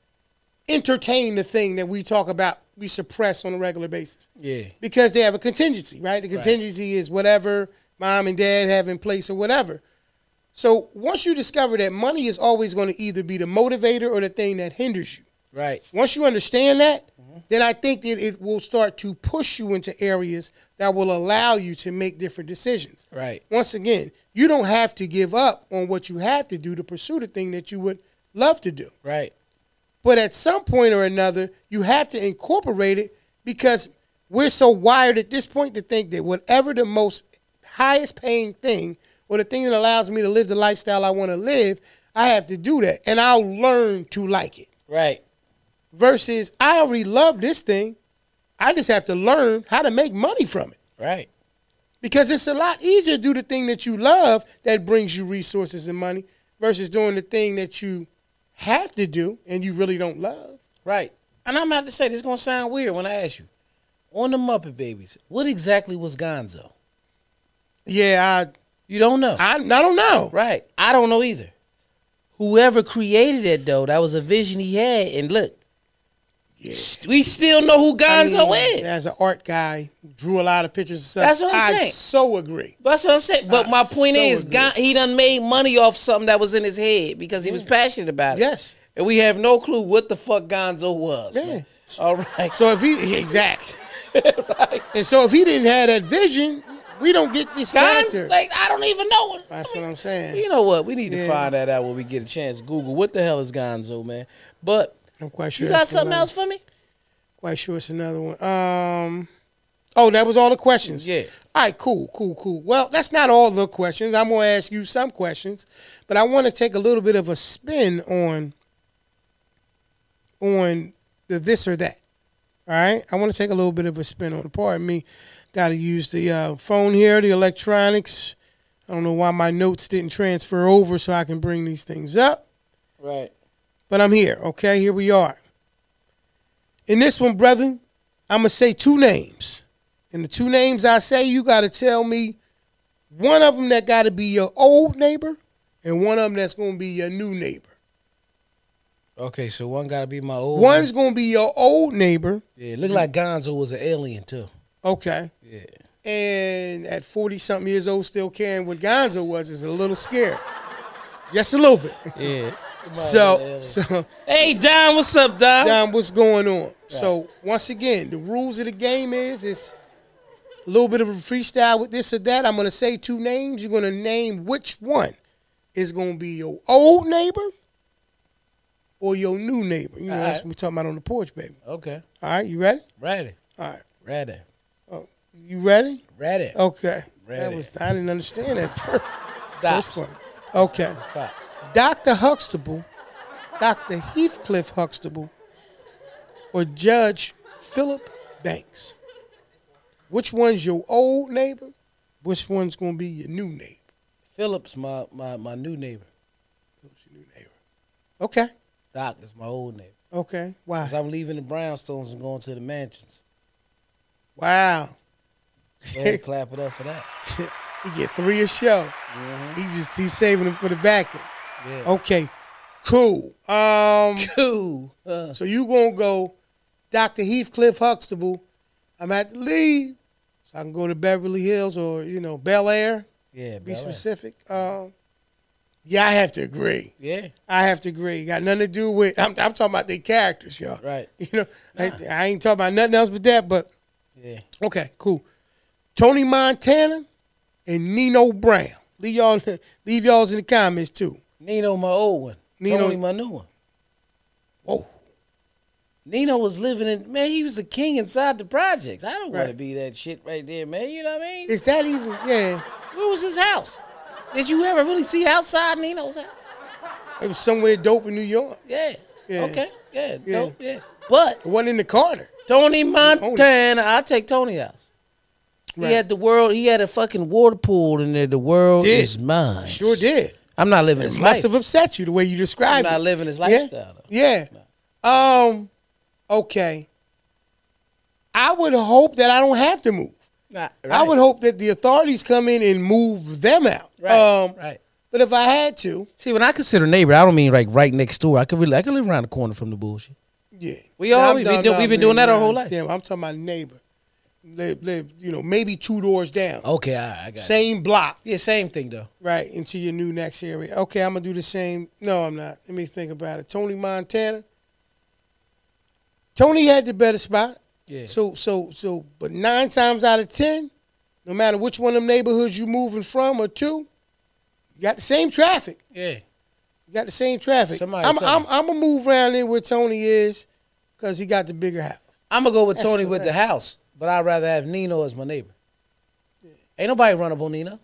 entertain the thing that we talk about we suppress on a regular basis Yeah. because they have a contingency, right? The contingency is whatever mom and dad have in place or whatever. So once you discover that money is always going to either be the motivator or the thing that hinders you, Right. once you understand that, then I think that it will start to push you into areas that will allow you to make different decisions. Right. Once again, you don't have to give up on what you have to do to pursue the thing that you would love to do. Right. But at some point or another, you have to incorporate it because we're so wired at this point to think that whatever the most highest paying thing or the thing that allows me to live the lifestyle I want to live, I have to do that. And I'll learn to like it. Right. Versus, I already love this thing. I just have to learn how to make money from it. Right. Because it's a lot easier to do the thing that you love that brings you resources and money versus doing the thing that you have to do and you really don't love. Right. And I'm about to say this gonna sound weird when I ask you. On the Muppet Babies, what exactly was Gonzo? Yeah, You don't know. I I, I don't know. right. I don't know either. Whoever created it though, that was a vision he had. And look, st- we still know who I Gonzo mean, is. As an art guy, who drew a lot of pictures and stuff. That's what I'm I saying. so agree. That's what I'm saying. But I my point so is, agree. Gon- he done made money off something that was in his head because he was passionate about it. Yes. And we have no clue what the fuck Gonzo was. Yeah. man. All right. So if he exact, and so if he didn't have that vision, we don't get this character. Gonzo, like, I don't even know. What, That's I mean, what I'm saying. You know what? We need to Yeah. find that out when we get a chance. Google, what the hell is Gonzo, man? But I'm quite sure. you got that's something another- else for me? Quite sure it's another one. Um, oh, that was all the questions. Yeah. All right, cool, cool, cool. Well, that's not all the questions. I'm gonna ask you some questions, but I want to take a little bit of a spin on on the this or that. All right, I want to take a little bit of a spin on. Pardon me. Got to use the uh, phone here, the electronics. I don't know why my notes didn't transfer over so I can bring these things up Right. but I'm here. Okay, here we are. In this one, brother, I'm gonna say two names, and the two names I say, you gotta tell me one of them that gotta be your old neighbor, and one of them that's gonna be your new neighbor. Okay, so one got to be my old One's gonna be your old neighbor. Yeah, it looked like Gonzo was an alien, too. Okay. Yeah. And at 40 something years old, still carrying what Gonzo was is a little scary. Just a little bit. Yeah. So, so Hey, Don, what's up, Don? Dom, what's going on? So once again, the rules of the game is it's a little bit of a freestyle with this or that. I'm gonna say two names. You're gonna name which one is gonna be your old neighbor or your new neighbor. You know, that's Alright. what we're talking about on the porch, baby. Okay. All right, you ready? Ready. All right. Oh, Ready. You ready? Ready. Okay. That Ready. was I didn't understand that first, Stop. first one. Okay. Stop. Dr. Huxtable, Dr. Heathcliff Huxtable, or Judge Philip Banks? Which one's your old neighbor? Which one's going to be your new neighbor? Phillips, my, my, my new neighbor. Who's your new neighbor? Okay. Doc is my old neighbor. Okay. Wow. Because I'm leaving the brownstones and going to the mansions. Wow. Go ahead and clap it up for that. he get three a show. He just he's saving them for the back end. Yeah. Okay. Cool. Um. Cool. Uh, So you gonna go, Dr. Heathcliff Huxtable. I'm at the lead, so I can go to Beverly Hills or you know Bel Air. yeah, Be bro. specific. Um, yeah, I have to agree. Yeah, I have to agree. Got nothing to do with. I'm, I'm talking about their characters, y'all. right. You know, I, I ain't talking about nothing else but that. But Yeah. okay, cool. Tony Montana and Nino Brown. Leave y'all, leave y'all's in the comments too. Nino, my old one. Nino- Tony, my new one. Whoa. Nino was living in, man, he was a king inside the projects. I don't want to Right. be that shit right there, man. You know what I mean? Is that even? Yeah, Where was his house? Did you ever really see outside Nino's house? it was somewhere dope in New York. Yeah. Yeah. Okay. Yeah. Yeah. Dope. Yeah. But It wasn't in the Carter. Tony Montana, I take Tony house. Right. He had the world. He had a fucking water pool in there. The world Did. is mine. Sure did. I'm not living his It life. must have upset you the way you I'm described not it. living his lifestyle. though. Yeah. Um. Okay. I would hope that I don't have to move. Nah, I right. would hope that the authorities come in and move them out. Right, Um, right. But if I had to, See, when I consider neighbor, I don't mean like right next door. I could really, I could live around the corner from the bullshit. yeah. We all- I'm we done- been do- done we been living doing that our around whole life. them. I'm talking about neighbor. Live, live, you know, maybe two doors down. Okay, I, I got it. Same block, Yeah, same thing though. right, into your new next area. Okay, I'm going to do the same. No, I'm not. Let me think about it. Tony Montana. Tony had the better spot. Yeah. So so so but nine times out of ten, no matter which one of them neighborhoods you moving from or to, you got the same traffic. yeah, You got the same traffic. Somebody I'm tell I'm, me. I'm gonna move around in where Tony is because he got the bigger house. I'm gonna go with That's- Tony with the that's- house, but I'd rather have Nino as my neighbor. Ain't nobody run up on Nino.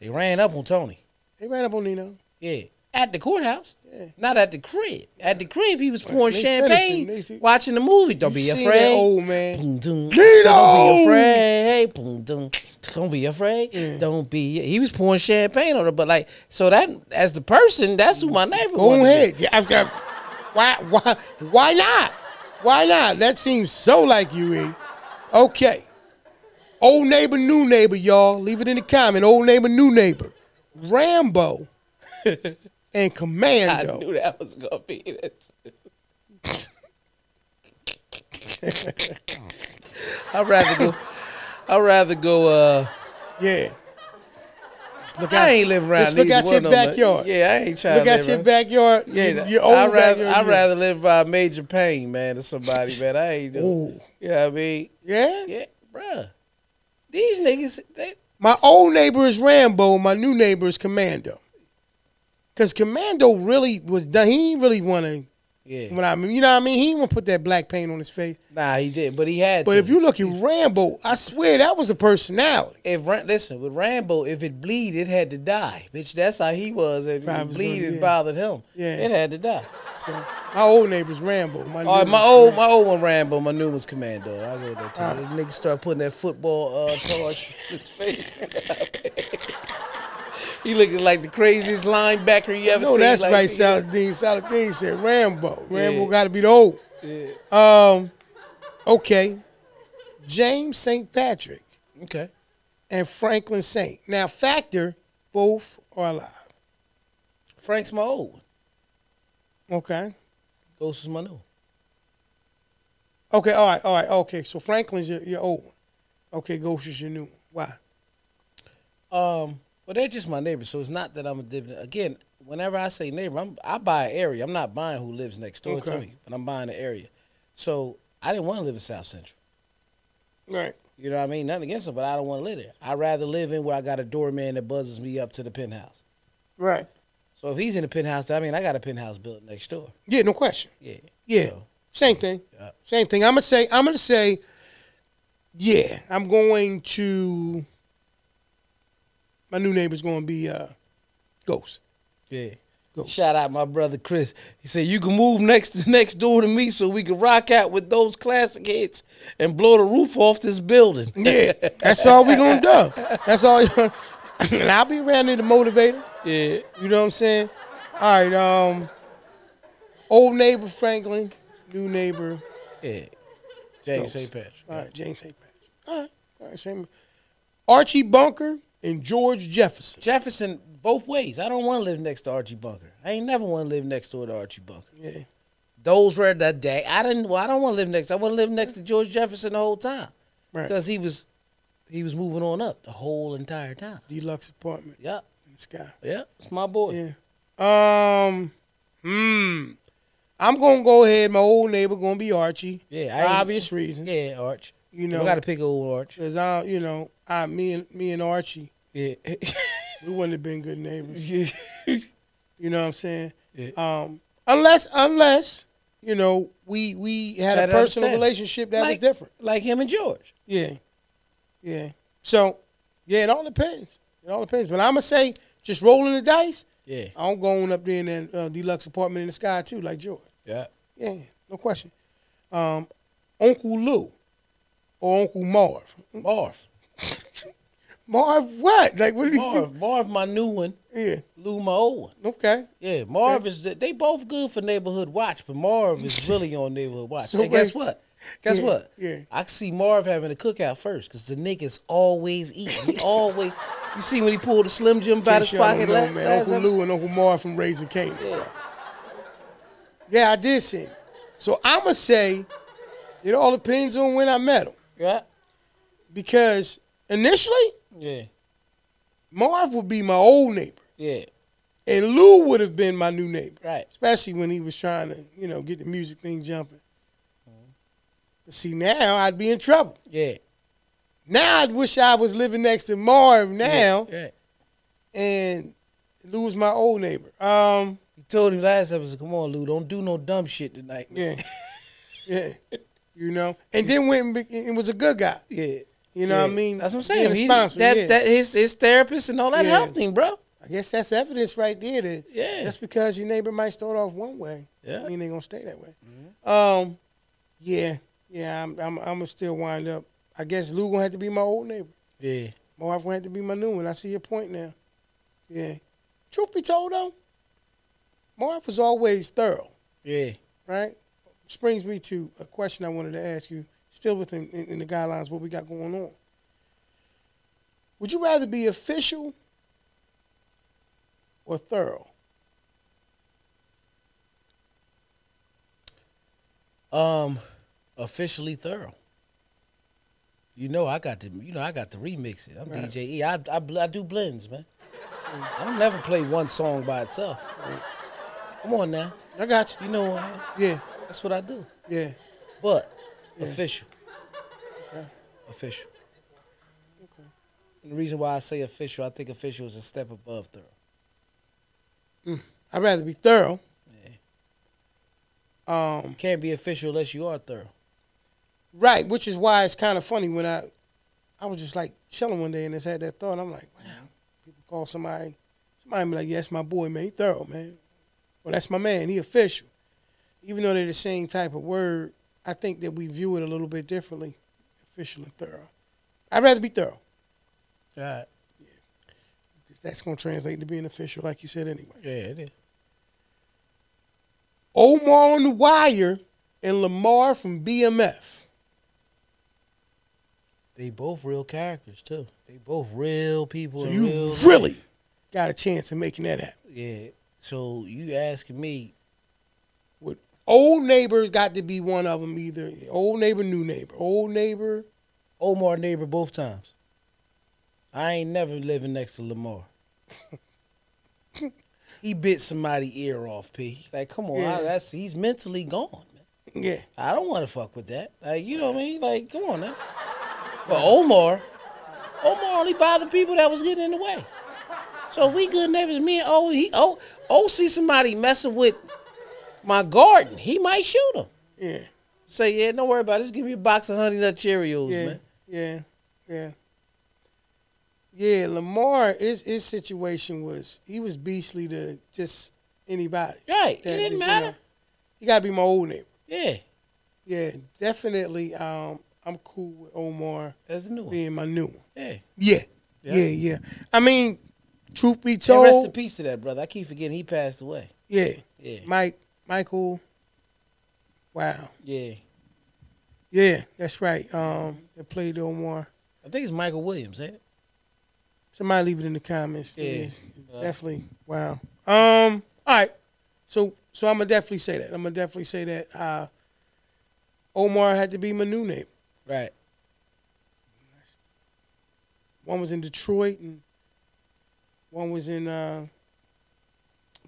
They ran up on Tony. They ran up on Nino. Yeah. At the courthouse. Yeah. Not at the crib. At the crib, he was pouring They champagne, finishing. They see- watching the movie. Don't be You see afraid. That old man. Boom, doom. Nino! Don't be afraid. Boom, doom. Don't be afraid. Don't be. He was pouring champagne on her, but like, so that as the person, that's who my neighbor. Go wanted to be. ahead. Yeah, I've got. Why? Why? Why not? Why not? That seems so like you. E. Okay. Old neighbor, new neighbor, y'all. Leave it in the comment. Old neighbor, new neighbor. Rambo and I Commando. knew that was gonna be it. I'd rather go. I'd rather go. Uh, Yeah. Just look I ain't live around. Just look neither out one your of them, man. backyard. Yeah, I ain't trying. Look to at live your around- backyard. Yeah, your old I'd rather backyard. I'd rather live by major pain, man, to somebody, man. I ain't doing. Ooh. You know what I mean? Yeah? Yeah, bruh. These niggas, they, My old neighbor is Rambo. My new neighbor is Commando. Cause Commando really was done. He ain't really want to. yeah. What I mean, you know what I mean. He want to put that black paint on his face. Nah, he didn't, but he had. But to. if you look at Rambo, I swear that was a personality. if Ram- listen with Rambo, if it bleed, it had to die, bitch. That's how he was. If Probably it was bleed, gonna- it yeah. bothered him. Yeah. it had to die. So my old neighbor's Rambo. My, new All right, my neighbor's old Commando. my old one Rambo, my new one's Commando. I go with that. Uh, Time. The niggas start putting that football uh, torch in his face. he looking like the craziest linebacker you ever No, seen. that's like, right, he- Saladin. Saladin said Rambo. Rambo Yeah. got to be the old. Um, okay. James St. Patrick Okay. and Franklin Saint. Now, Factor, both are alive. Frank's my old one. Okay. Ghost is my new. one. Okay, all right, all right, okay. So Franklin's your, your old one. Okay, Ghost is your new one. Why? Um, well, they're just my neighbors, so it's not that I'm a dividend. Again, whenever I say neighbor, I'm I buy an area. I'm not buying who lives next door to Okay. me, but I'm buying an area. So I didn't want to live in South Central. Right. You know what I mean? Nothing against them, but I don't want to live there. I'd rather live in where I got a doorman that buzzes me up to the penthouse. Right. So if he's in the penthouse, I mean, I got a penthouse built next door. Yeah, no question. Yeah. Yeah. So- Same thing. Yeah. Same thing. I'm gonna say I'm gonna say yeah, I'm going to my new neighbor's gonna be uh Ghost. Yeah. Ghost. Shout out my brother Chris. He said you can move next next door to me so we can rock out with those classic hits and blow the roof off this building. Yeah. That's all we gonna do. That's all and I'll be around there to motivate him. Yeah. You know what I'm saying? All right, um old neighbor Franklin, new neighbor Yeah. James Ghost. St. Patrick. All right, James St. Patrick. All right, all right, same. Archie Bunker and George Jefferson. Jefferson, both ways. I don't want to live next to Archie Bunker. I ain't never want to live next door to Archie Bunker. Yeah. Those were the day. I didn't. Well, I don't want to live next. I want to live next to George Jefferson the whole time Right. because he was, he was moving on up the whole entire time. Deluxe apartment Yep. in the sky. Yep. It's my boy. Yeah. Um. Hmm. I'm gonna go ahead. My old neighbor gonna be Archie. Yeah, I For ain't- obvious reasons. Yeah, Arch. You You know, got to pick old Arch. cause I, you know, I, me and me and Archie, Yeah. we wouldn't have been good neighbors. yeah. You know what I'm saying? Yeah. Um. Unless, unless, you know, we we had Had a personal understanding. relationship that was Like- different. Like him and George. Yeah. Yeah. So, yeah, it all depends. It all depends. But I'm going to say, just rolling the dice, Yeah. I'm going up there in that uh, deluxe apartment in the sky, too, like George. Yeah. Yeah, no question. Um, Uncle Lou or Uncle Marv. Marv. Marv, what? Like, what did he Marv. Marv, my new one. Yeah, Lou, my old one. okay. Yeah, Marv is. They both good for neighborhood watch, but Marv is really on neighborhood watch. So and guess wait. what? Guess Yeah, what? yeah. I can see Marv having a cookout first because the niggas always eat. He always. You see when he pulled the Slim Jim out Out his pocket know, la- man. last Uncle episode? Lou and Uncle Marv from Raising Canaan. Yeah. Yeah, I did see him. So I'm going to say, it all depends on when I met him. Yeah. Because initially, Yeah. Marv would be my old neighbor, Yeah. and Lou would have been my new neighbor, Right. especially when he was trying to, you know, get the music thing jumping. Mm-hmm. But see, now I'd be in trouble. Yeah. Now I'd wish I was living next to Marv now, Yeah. and Lou was my old neighbor. Um, You told him last episode, "Come on, Lou, don't do no dumb shit tonight." yeah, yeah, you know. And then went and be- and was a good guy. Yeah. You know what I mean? That's what I'm Being saying. a He- sponsor, that yeah. that his his therapist and all that Yeah. helped him, bro. I guess that's evidence right there that Yeah. just because your neighbor might start off one way, Yeah. Mm-hmm. I mean they're gonna stay that way. Um, yeah, yeah, I'm, I'm I'm gonna still wind up. I guess Lou gonna have to be my old neighbor. Yeah. My wife gonna have to be my new one. I see your point now. Yeah. Truth be told though, my wife was always thorough, Yeah. right? Which brings me to a question I wanted to ask you, still within in, in the guidelines what we got going on. Would you rather be official or thorough? Um, officially thorough. You know I got to. You know I got to remix it. I'm Right. DJ E. I, I bl- I do blends, man. I don't never play one song by itself. Come on now. I got you. You know I, Yeah, that's what I do. yeah. But official. Official. Okay. And the reason why I say official, I think official is a step above thorough. I'd rather be thorough. Um, You can't be official unless you are thorough. right, which is why it's kind of funny when I, I was just like chilling one day and just had that thought. I'm like, wow, people call somebody, somebody be like, yeah, that's my boy, man. He thorough, man. Well, that's my man. He official. Even though they're the same type of word, I think that we view it a little bit differently, official and thorough. I'd rather be thorough. All right. 'cause That's going to translate to being official, like you said anyway. Yeah, it is. Omar on the wire and Lamar from BMF. They both real characters too. They both real people. So in you real really got a chance of making that happen. Yeah. So you asking me? With old neighbors got to be one of them either. Old neighbor, new neighbor. Old neighbor. Omar neighbor both times. I ain't never living next to Lamar. he bit somebody ear off, P. Like, come on, Yeah. I- that's he's mentally gone. Man. Yeah. I don't want to fuck with that. Like, you know what I mean? Like, come on now. But Omar, Omar only bothered people that was getting in the way. So if we good neighbors, me and O, he O, O see somebody messing with my garden, he might shoot him. Yeah. Say, yeah, don't worry about it. Just give me a box of Honey Nut Cheerios, Yeah. man. Yeah. Yeah. Yeah. Lamar, his his situation was he was beastly to just anybody. Right. That it didn't is, you matter. know, he gotta be my old neighbor. Yeah. Yeah, definitely. Um, I'm cool with Omar That's the new one. being my new one. Yeah. Yeah. Yeah. Yeah, yeah. I mean, truth be So, told. rest in peace to that brother. I keep forgetting he passed away. Yeah. Yeah. Mike, Michael. Wow. Yeah. Yeah, that's right. Um, they played Omar. I think it's Michael Williams, ain't it? Somebody leave it in the comments, Yeah. please. Definitely. Wow. Um. All right. So, so I'm gonna definitely say that. I'm gonna definitely say that. Uh, Omar had to be my new neighbor. Right. One was in Detroit, and one was in uh,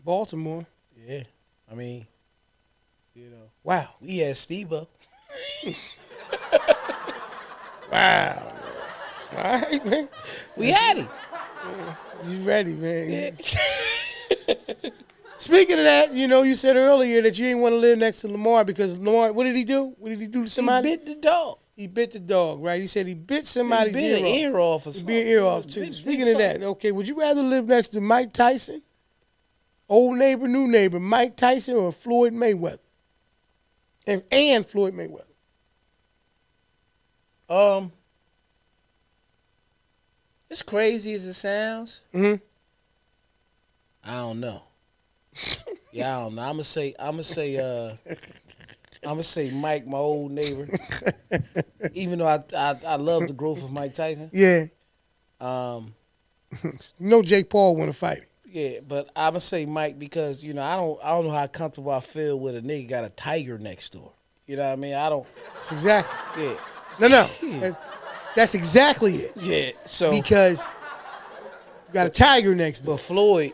Baltimore. Yeah. I mean, you know, Wow. we had Stebo. Wow. All right, man. We had him. You ready, man? Speaking of that, you know, you said earlier that you didn't want to live next to Lamar because Lamar, what did he do? What did he do to somebody? He bit the dog. He bit the dog, right? He said he bit He somebody's bit an ear, ear off or off. He something. bit an ear off too. Bit- Speaking bit of that, something. okay, would you rather live next to Mike Tyson, old neighbor, new neighbor, Mike Tyson or Floyd Mayweather, and, and Floyd Mayweather? Um, as crazy as it sounds, Mhm. I don't know. yeah, I don't know. I'm gonna say, I'm gonna say, uh, I'm gonna say Mike, my old neighbor. Even though I, I I love the growth of Mike Tyson, Yeah, um, you know Jake Paul want to fight him. yeah, but I'm gonna say Mike because you know I don't I don't know how comfortable I feel with a nigga got a tiger next door. You know what I mean? I don't. That's exactly. Yeah, No, no, that's, that's exactly it. yeah. So Because you got a tiger next door. But Floyd,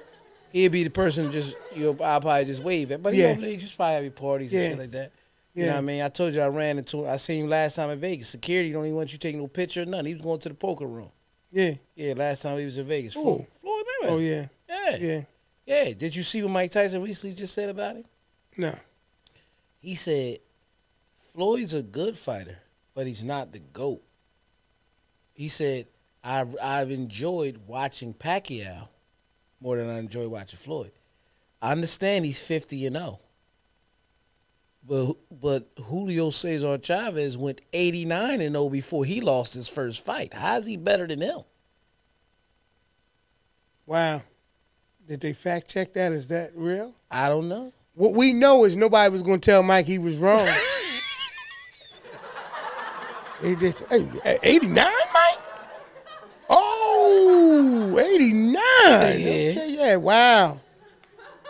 he'd be the person to just you know I probably just wave at. But he Yeah. over there, he just probably have your parties Yeah. and shit like that. You know Yeah. what I mean? I told you I ran into I seen him last time in Vegas. Security don't even want you taking no picture or nothing. He was going to the poker room. Yeah. Yeah, last time he was in Vegas. Ooh. Floyd, Floyd Mayweather. Oh yeah. yeah. yeah. Yeah. Did you see what Mike Tyson recently just said about him? No. He said, Floyd's a good fighter, but he's not the GOAT. He said, I've, I've enjoyed watching Pacquiao more than I enjoy watching Floyd. I understand he's 50 and 0. But, but Julio Cesar Chavez went 89 and 0 before he lost his first fight. How is he better than him? Wow. Did they fact check that? Is that real? I don't know. What we know is nobody was going to tell Mike he was wrong. they just, hey, 89, Mike? Oh, 89. Okay, yeah, wow.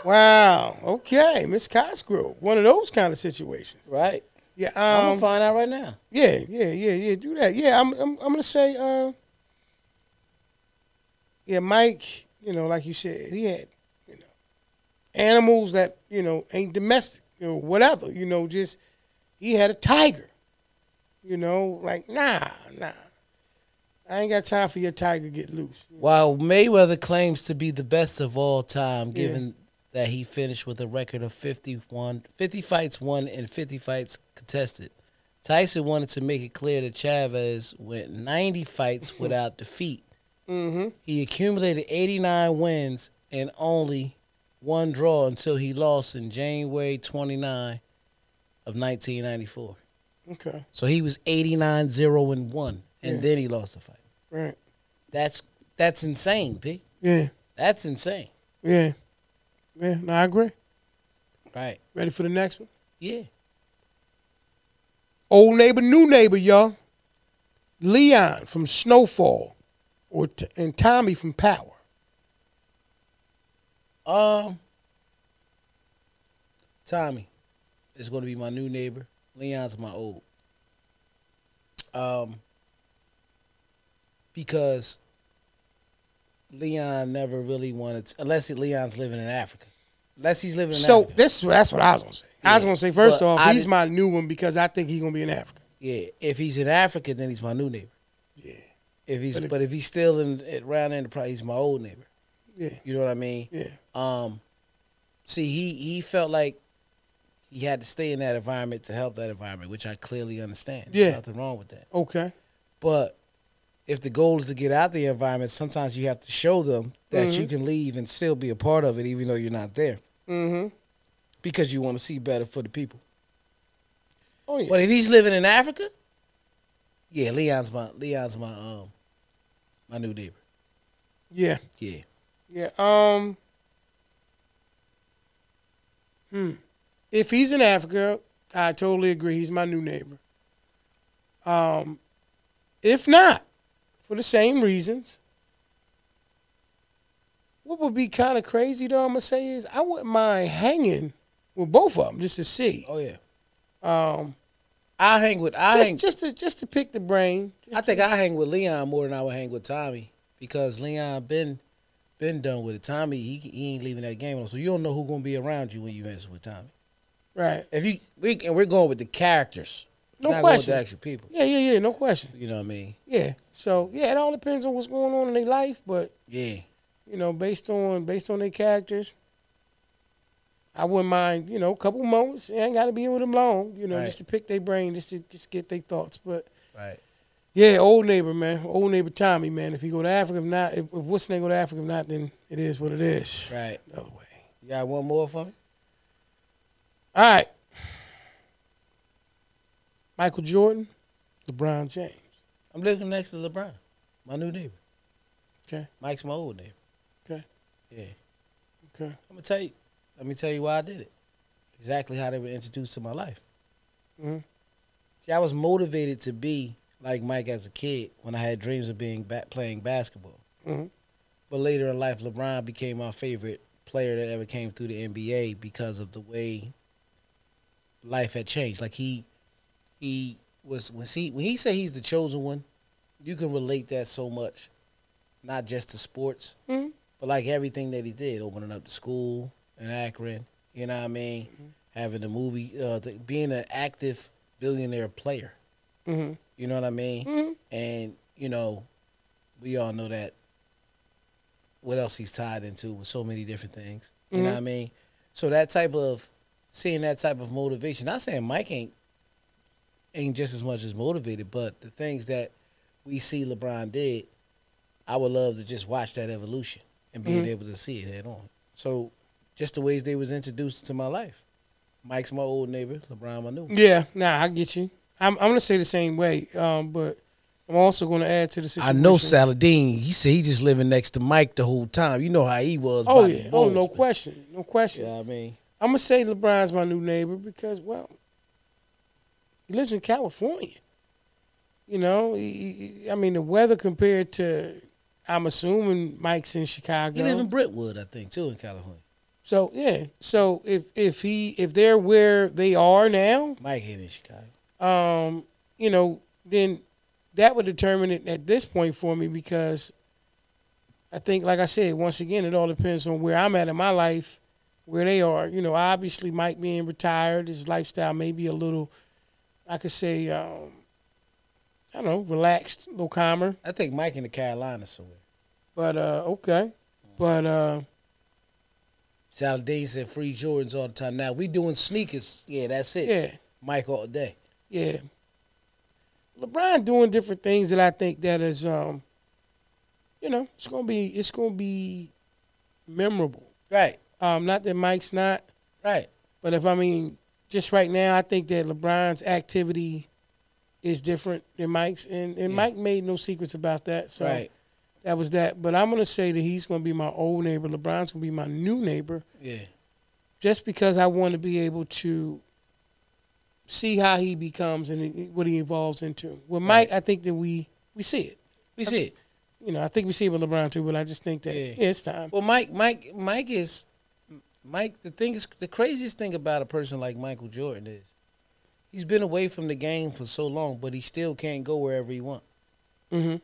Wow. Okay, Miss Cosgrove. One of those kind of situations. Right? Yeah, um, I'm going to find out right now. yeah, yeah, yeah, yeah. Do that. Yeah, I'm, I'm, I'm gonna say, uh, yeah, Mike. You know, like you said, he had, you know, animals that you know ain't domestic or whatever. You know, just he had a tiger. You know, like nah, nah. I ain't got time for your tiger to get loose. While Mayweather claims to be the best of all time, given that he finished with a record of 51, 50 fights won and 50 fights contested, Tyson wanted to make it clear that Chavez went 90 fights without defeat. Mm-hmm. He accumulated 89 wins and only one draw until he lost in January 29 of 1994. Okay. So he was 89 0 and 1 and Yeah. then he lost the fight. Right. That's that's insane, P. Yeah. That's insane. Yeah. Yeah. No, I agree. Right. Ready for the next one? Yeah. Old neighbor, new neighbor, y'all. Leon from Snowfall, or t- and Tommy from Power. Um Tommy is going to be my new neighbor. Leon's my old. Um because Leon never really wanted to, unless he- Leon's living in Africa. Unless he's living in So Africa. this that's what I was gonna say. I was Yeah. gonna say first But off, I he's did- my new one because I think he's gonna be in Africa. Yeah, if he's in Africa, then he's my new neighbor. Yeah. If he's But but if- if, he's still in around enterprise, he's my old neighbor. Yeah, You know what I mean? yeah, Um, see, he he felt like he had to stay in that environment to help that environment, which I clearly understand. Yeah. There's nothing wrong with that. okay, But if the goal is to get out the environment, sometimes you have to show them that you can leave and still be a part of it, even though you're not there, mm-hmm. because you want to see better for the people. Oh yeah, But if he's living in Africa, yeah, Leon's my Leon's my um my new neighbor. yeah, Yeah, yeah. Um, hmm. If he's in Africa, I totally agree. He's my new neighbor. Um, if not, for the same reasons. What would be kind of crazy though, I'm gonna say is I wouldn't mind hanging with both of them just to see. oh yeah. Um, I hang with I just, hang. just to just to pick the brain. I think I hang with Leon more than I would hang with Tommy because Leon been been done with it. Tommy he, he ain't leaving that game alone, so you don't know who gonna be around you when you mess with Tommy. Right. If you we and we're going with the characters, No not question. going with the actual people. Yeah, yeah, yeah. No question. You know what I mean? Yeah. So yeah, it all depends on what's going on in their life, but Yeah, you know, based on based on their characters, I wouldn't mind. You know, a couple moments. It ain't got to be with them long. You know, Right. just to pick their brain, just to just get their thoughts. But right. yeah, old neighbor man, old neighbor Tommy man. If he go to Africa, if not, if, if what's name go to Africa, if not, then it is what it is. Right. Another way. You got one more for me? All right. Michael Jordan, LeBron James. I'm living next to LeBron, my new neighbor. Okay. Mike's my old neighbor. Okay. Yeah. Okay. I'm gonna tell you. Let me tell you why I did it. Exactly how they were introduced to my life. Mhm. See, I was motivated to be like Mike as a kid when I had dreams of being ba- playing basketball. Mhm. But later in life, LeBron became my favorite player that ever came through the NBA because of the way life had changed. Like he, he was when he when he said he's the chosen one, you can relate that so much, not just to sports, Mhm. but like everything that he did, opening up the school in Akron. You know what I mean? Having the movie, uh, the, being an active billionaire player. Mm-hmm. You know what I mean? Mhm. And you know, we all know that. What else he's tied into with so many different things. You know what I mean? So that type of seeing that type of motivation. Not saying Mike ain't ain't just as much as motivated, but the things that we see LeBron did, I would love to just watch that evolution and being able to see it head on. So just the ways they was introduced to my life. Mike's my old neighbor, LeBron my new. one. Yeah, nah, I get you. I'm, I'm gonna say the same way, um, but I'm also gonna add to the I situation. know Saladin. He said he just living next to Mike the whole time. You know how he was. Oh about yeah, the oh Bulls, no man. question, no You question. know what I mean? I'm gonna say LeBron's my new neighbor because well, he lives in California. You know, he, he- I mean the weather compared to, I'm assuming Mike's in Chicago. He live in Brentwood, I think, too, in California. so yeah, so if if he if they're where they are now, Mike here in Chicago. um, you know, then that would determine it at this point for me because I think, like I said, once again, it all depends on where I'm at in my life, where they are. You know, obviously, Mike being retired, his lifestyle may be a little, I could say, um, I don't know, relaxed, a little calmer. I think Mike in the Carolinas somewhere. But uh, okay, but uh, Saladin said free Jordans all the time. Now we doing sneakers. Yeah, that's it. yeah, Mike all day. yeah. LeBron doing different things that I think that is, um, you know, it's gonna be it's gonna be memorable. Right, Um, not that Mike's not, right. but if I mean just right now, I think that LeBron's activity is different than Mike's, and, and Yeah. Mike made no secrets about that. So Right. that was that. But I'm gonna say that he's gonna be my old neighbor. LeBron's gonna be my new neighbor, Yeah. just because I want to be able to see how he becomes and what he evolves into. With Mike, I think that we we see it. We see it. You know, I think we see it with LeBron too, but I just think that Yeah. yeah, it's time. Well, Mike, Mike, Mike is Mike. The thing is, the craziest thing about a person like Michael Jordan is he's been away from the game for so long, but he still can't go wherever he wants hmm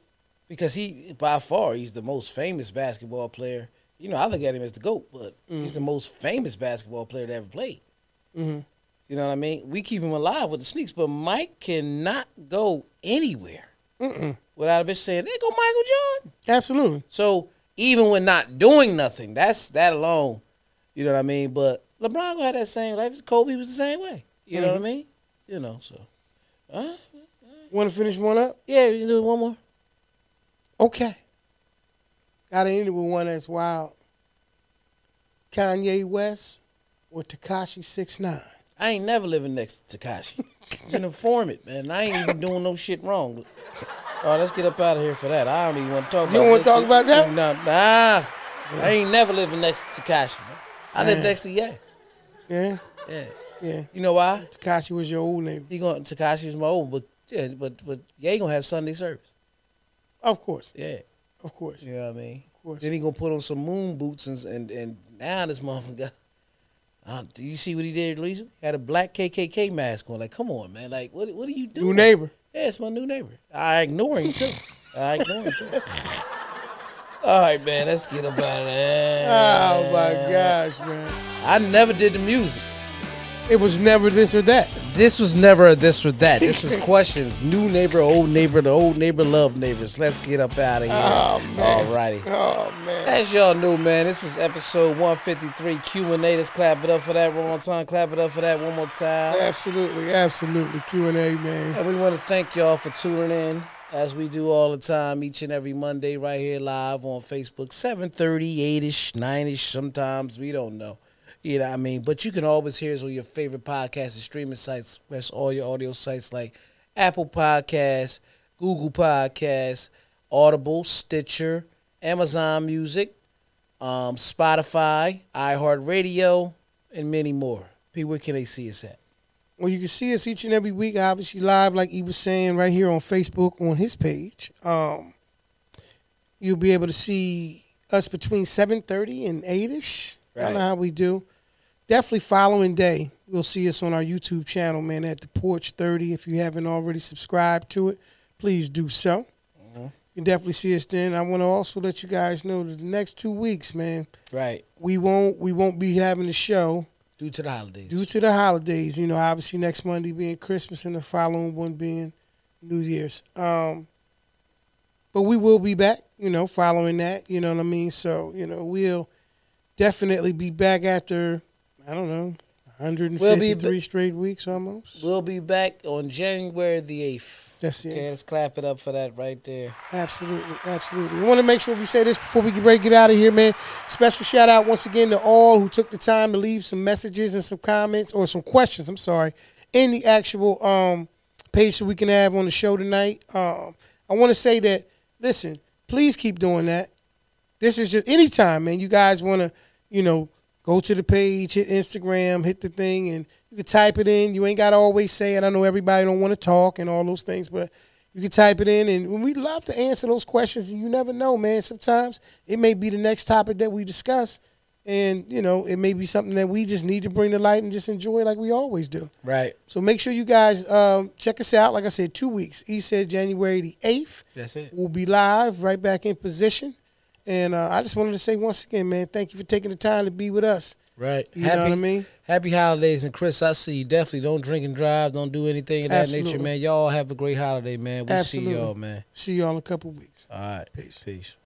because he, by far, he's the most famous basketball player. You know, I look at him as the goat, but he's the most famous basketball player to ever played. hmm You know what I mean? We keep him alive with the sneaks, but Mike cannot go anywhere Mm-mm. without a bitch saying, "There go Michael Jordan." Absolutely. So even when not doing nothing, that's that alone. You know what I mean? But LeBron gonna have that same life. Kobe was the same way. You Mm-hmm. know what I mean? You know. So Want to finish one up? yeah, you can do one more. Okay. Gotta end it with one that's wild. Kanye West or Takashi Six Nine. I ain't never living next to Takashi. He's an informant, man. I ain't even doing no shit wrong. All right, let's get up out of here for that. I don't even want to talk. about You don't wanna this. talk about that? No, nah. I ain't never living next to Takashi. man. I live Man. next to yeah, Yeah? yeah. Yeah. You know why? Takashi was your old neighbor. He going Takashi was my old, but yeah, but but yeah, he gonna have Sunday service. Of course. Yeah. Of course. You know what I mean? Of course. Then he gonna put on some moon boots and and, and now this motherfucker. Uh, do you see what he did recently? Had a black KKK mask on. Like, come on, man. Like, what what are you doing? New neighbor. Yeah, it's my new neighbor. I ignore him too. I ignore him too. All right, man. Let's get about it. Oh my gosh, man. I never did the music. It was never this or that. This was never a this or that. This was questions. New neighbor, old neighbor, the old neighbor, love neighbors. Let's get up out of here. All righty. Oh man. As y'all knew, man, this was episode 153 Q&A. Let's clap it up for that one more time. Clap it up for that one more time. Absolutely, absolutely. Q and A, man. And we want to thank y'all for tuning in as we do all the time, each and every Monday right here live on Facebook, 7.30, 8-ish, 9-ish sometimes. We don't know. You know what I mean? But you can always hear us on your favorite podcast and streaming sites. That's all your audio sites like Apple Podcasts, Google Podcasts, Audible, Stitcher, Amazon Music, um, Spotify, iHeartRadio, and many more. P, where can they see us at? Well, you can see us each and every week, obviously live, like he was saying, right here on Facebook on his page. Um, you'll be able to see us between seven thirty and eight ish. I Right. know how we do. Definitely following day, you'll see us on our YouTube channel, man, at the Porch Thirty. If you haven't already subscribed to it, please do so. You can definitely see us then. I want to also let you guys know that the next two weeks, man, Right. we won't we won't be having a show Due to the holidays. due to the holidays, you know, obviously next Monday being Christmas and the following one being New Year's. Um, but we will be back, you know, following that, you know what I mean? So, you know, we'll definitely be back after, I don't know, 153 We'll be- straight weeks almost. We'll be back on January the eighth. That's it. Okay, let's clap it up for that right there. Absolutely, absolutely. I want to make sure we say this before we get ready to get out of here, man. Special shout out once again to all who took the time to leave some messages and some comments or some questions. I'm sorry, in the actual um, page that we can have on the show tonight. Um, I want to say that listen, please keep doing that. This is just anytime, man. You guys want to, you know, go to the page, hit Instagram, hit the thing, and you can type it in. You ain't got to always say it. I know everybody don't want to talk and all those things, but you can type it in, and we love to answer those questions. And you never know, man. Sometimes it may be the next topic that we discuss, and you know, it may be something that we just need to bring to light and just enjoy like we always do. Right. So make sure you guys um, check us out. Like I said, two weeks. He said January the eighth. That's it. We'll be live, right back in position. And uh, I just wanted to say once again, man, thank you for taking the time to be with us. Right. You know what I mean? Happy holidays, and Chris, I see you. Definitely don't drink and drive. Don't do anything of that nature, Absolutely. man. Y'all have a great holiday, man. We'll see Absolutely. y'all, man. See y'all in a couple weeks. All right. Peace. Peace.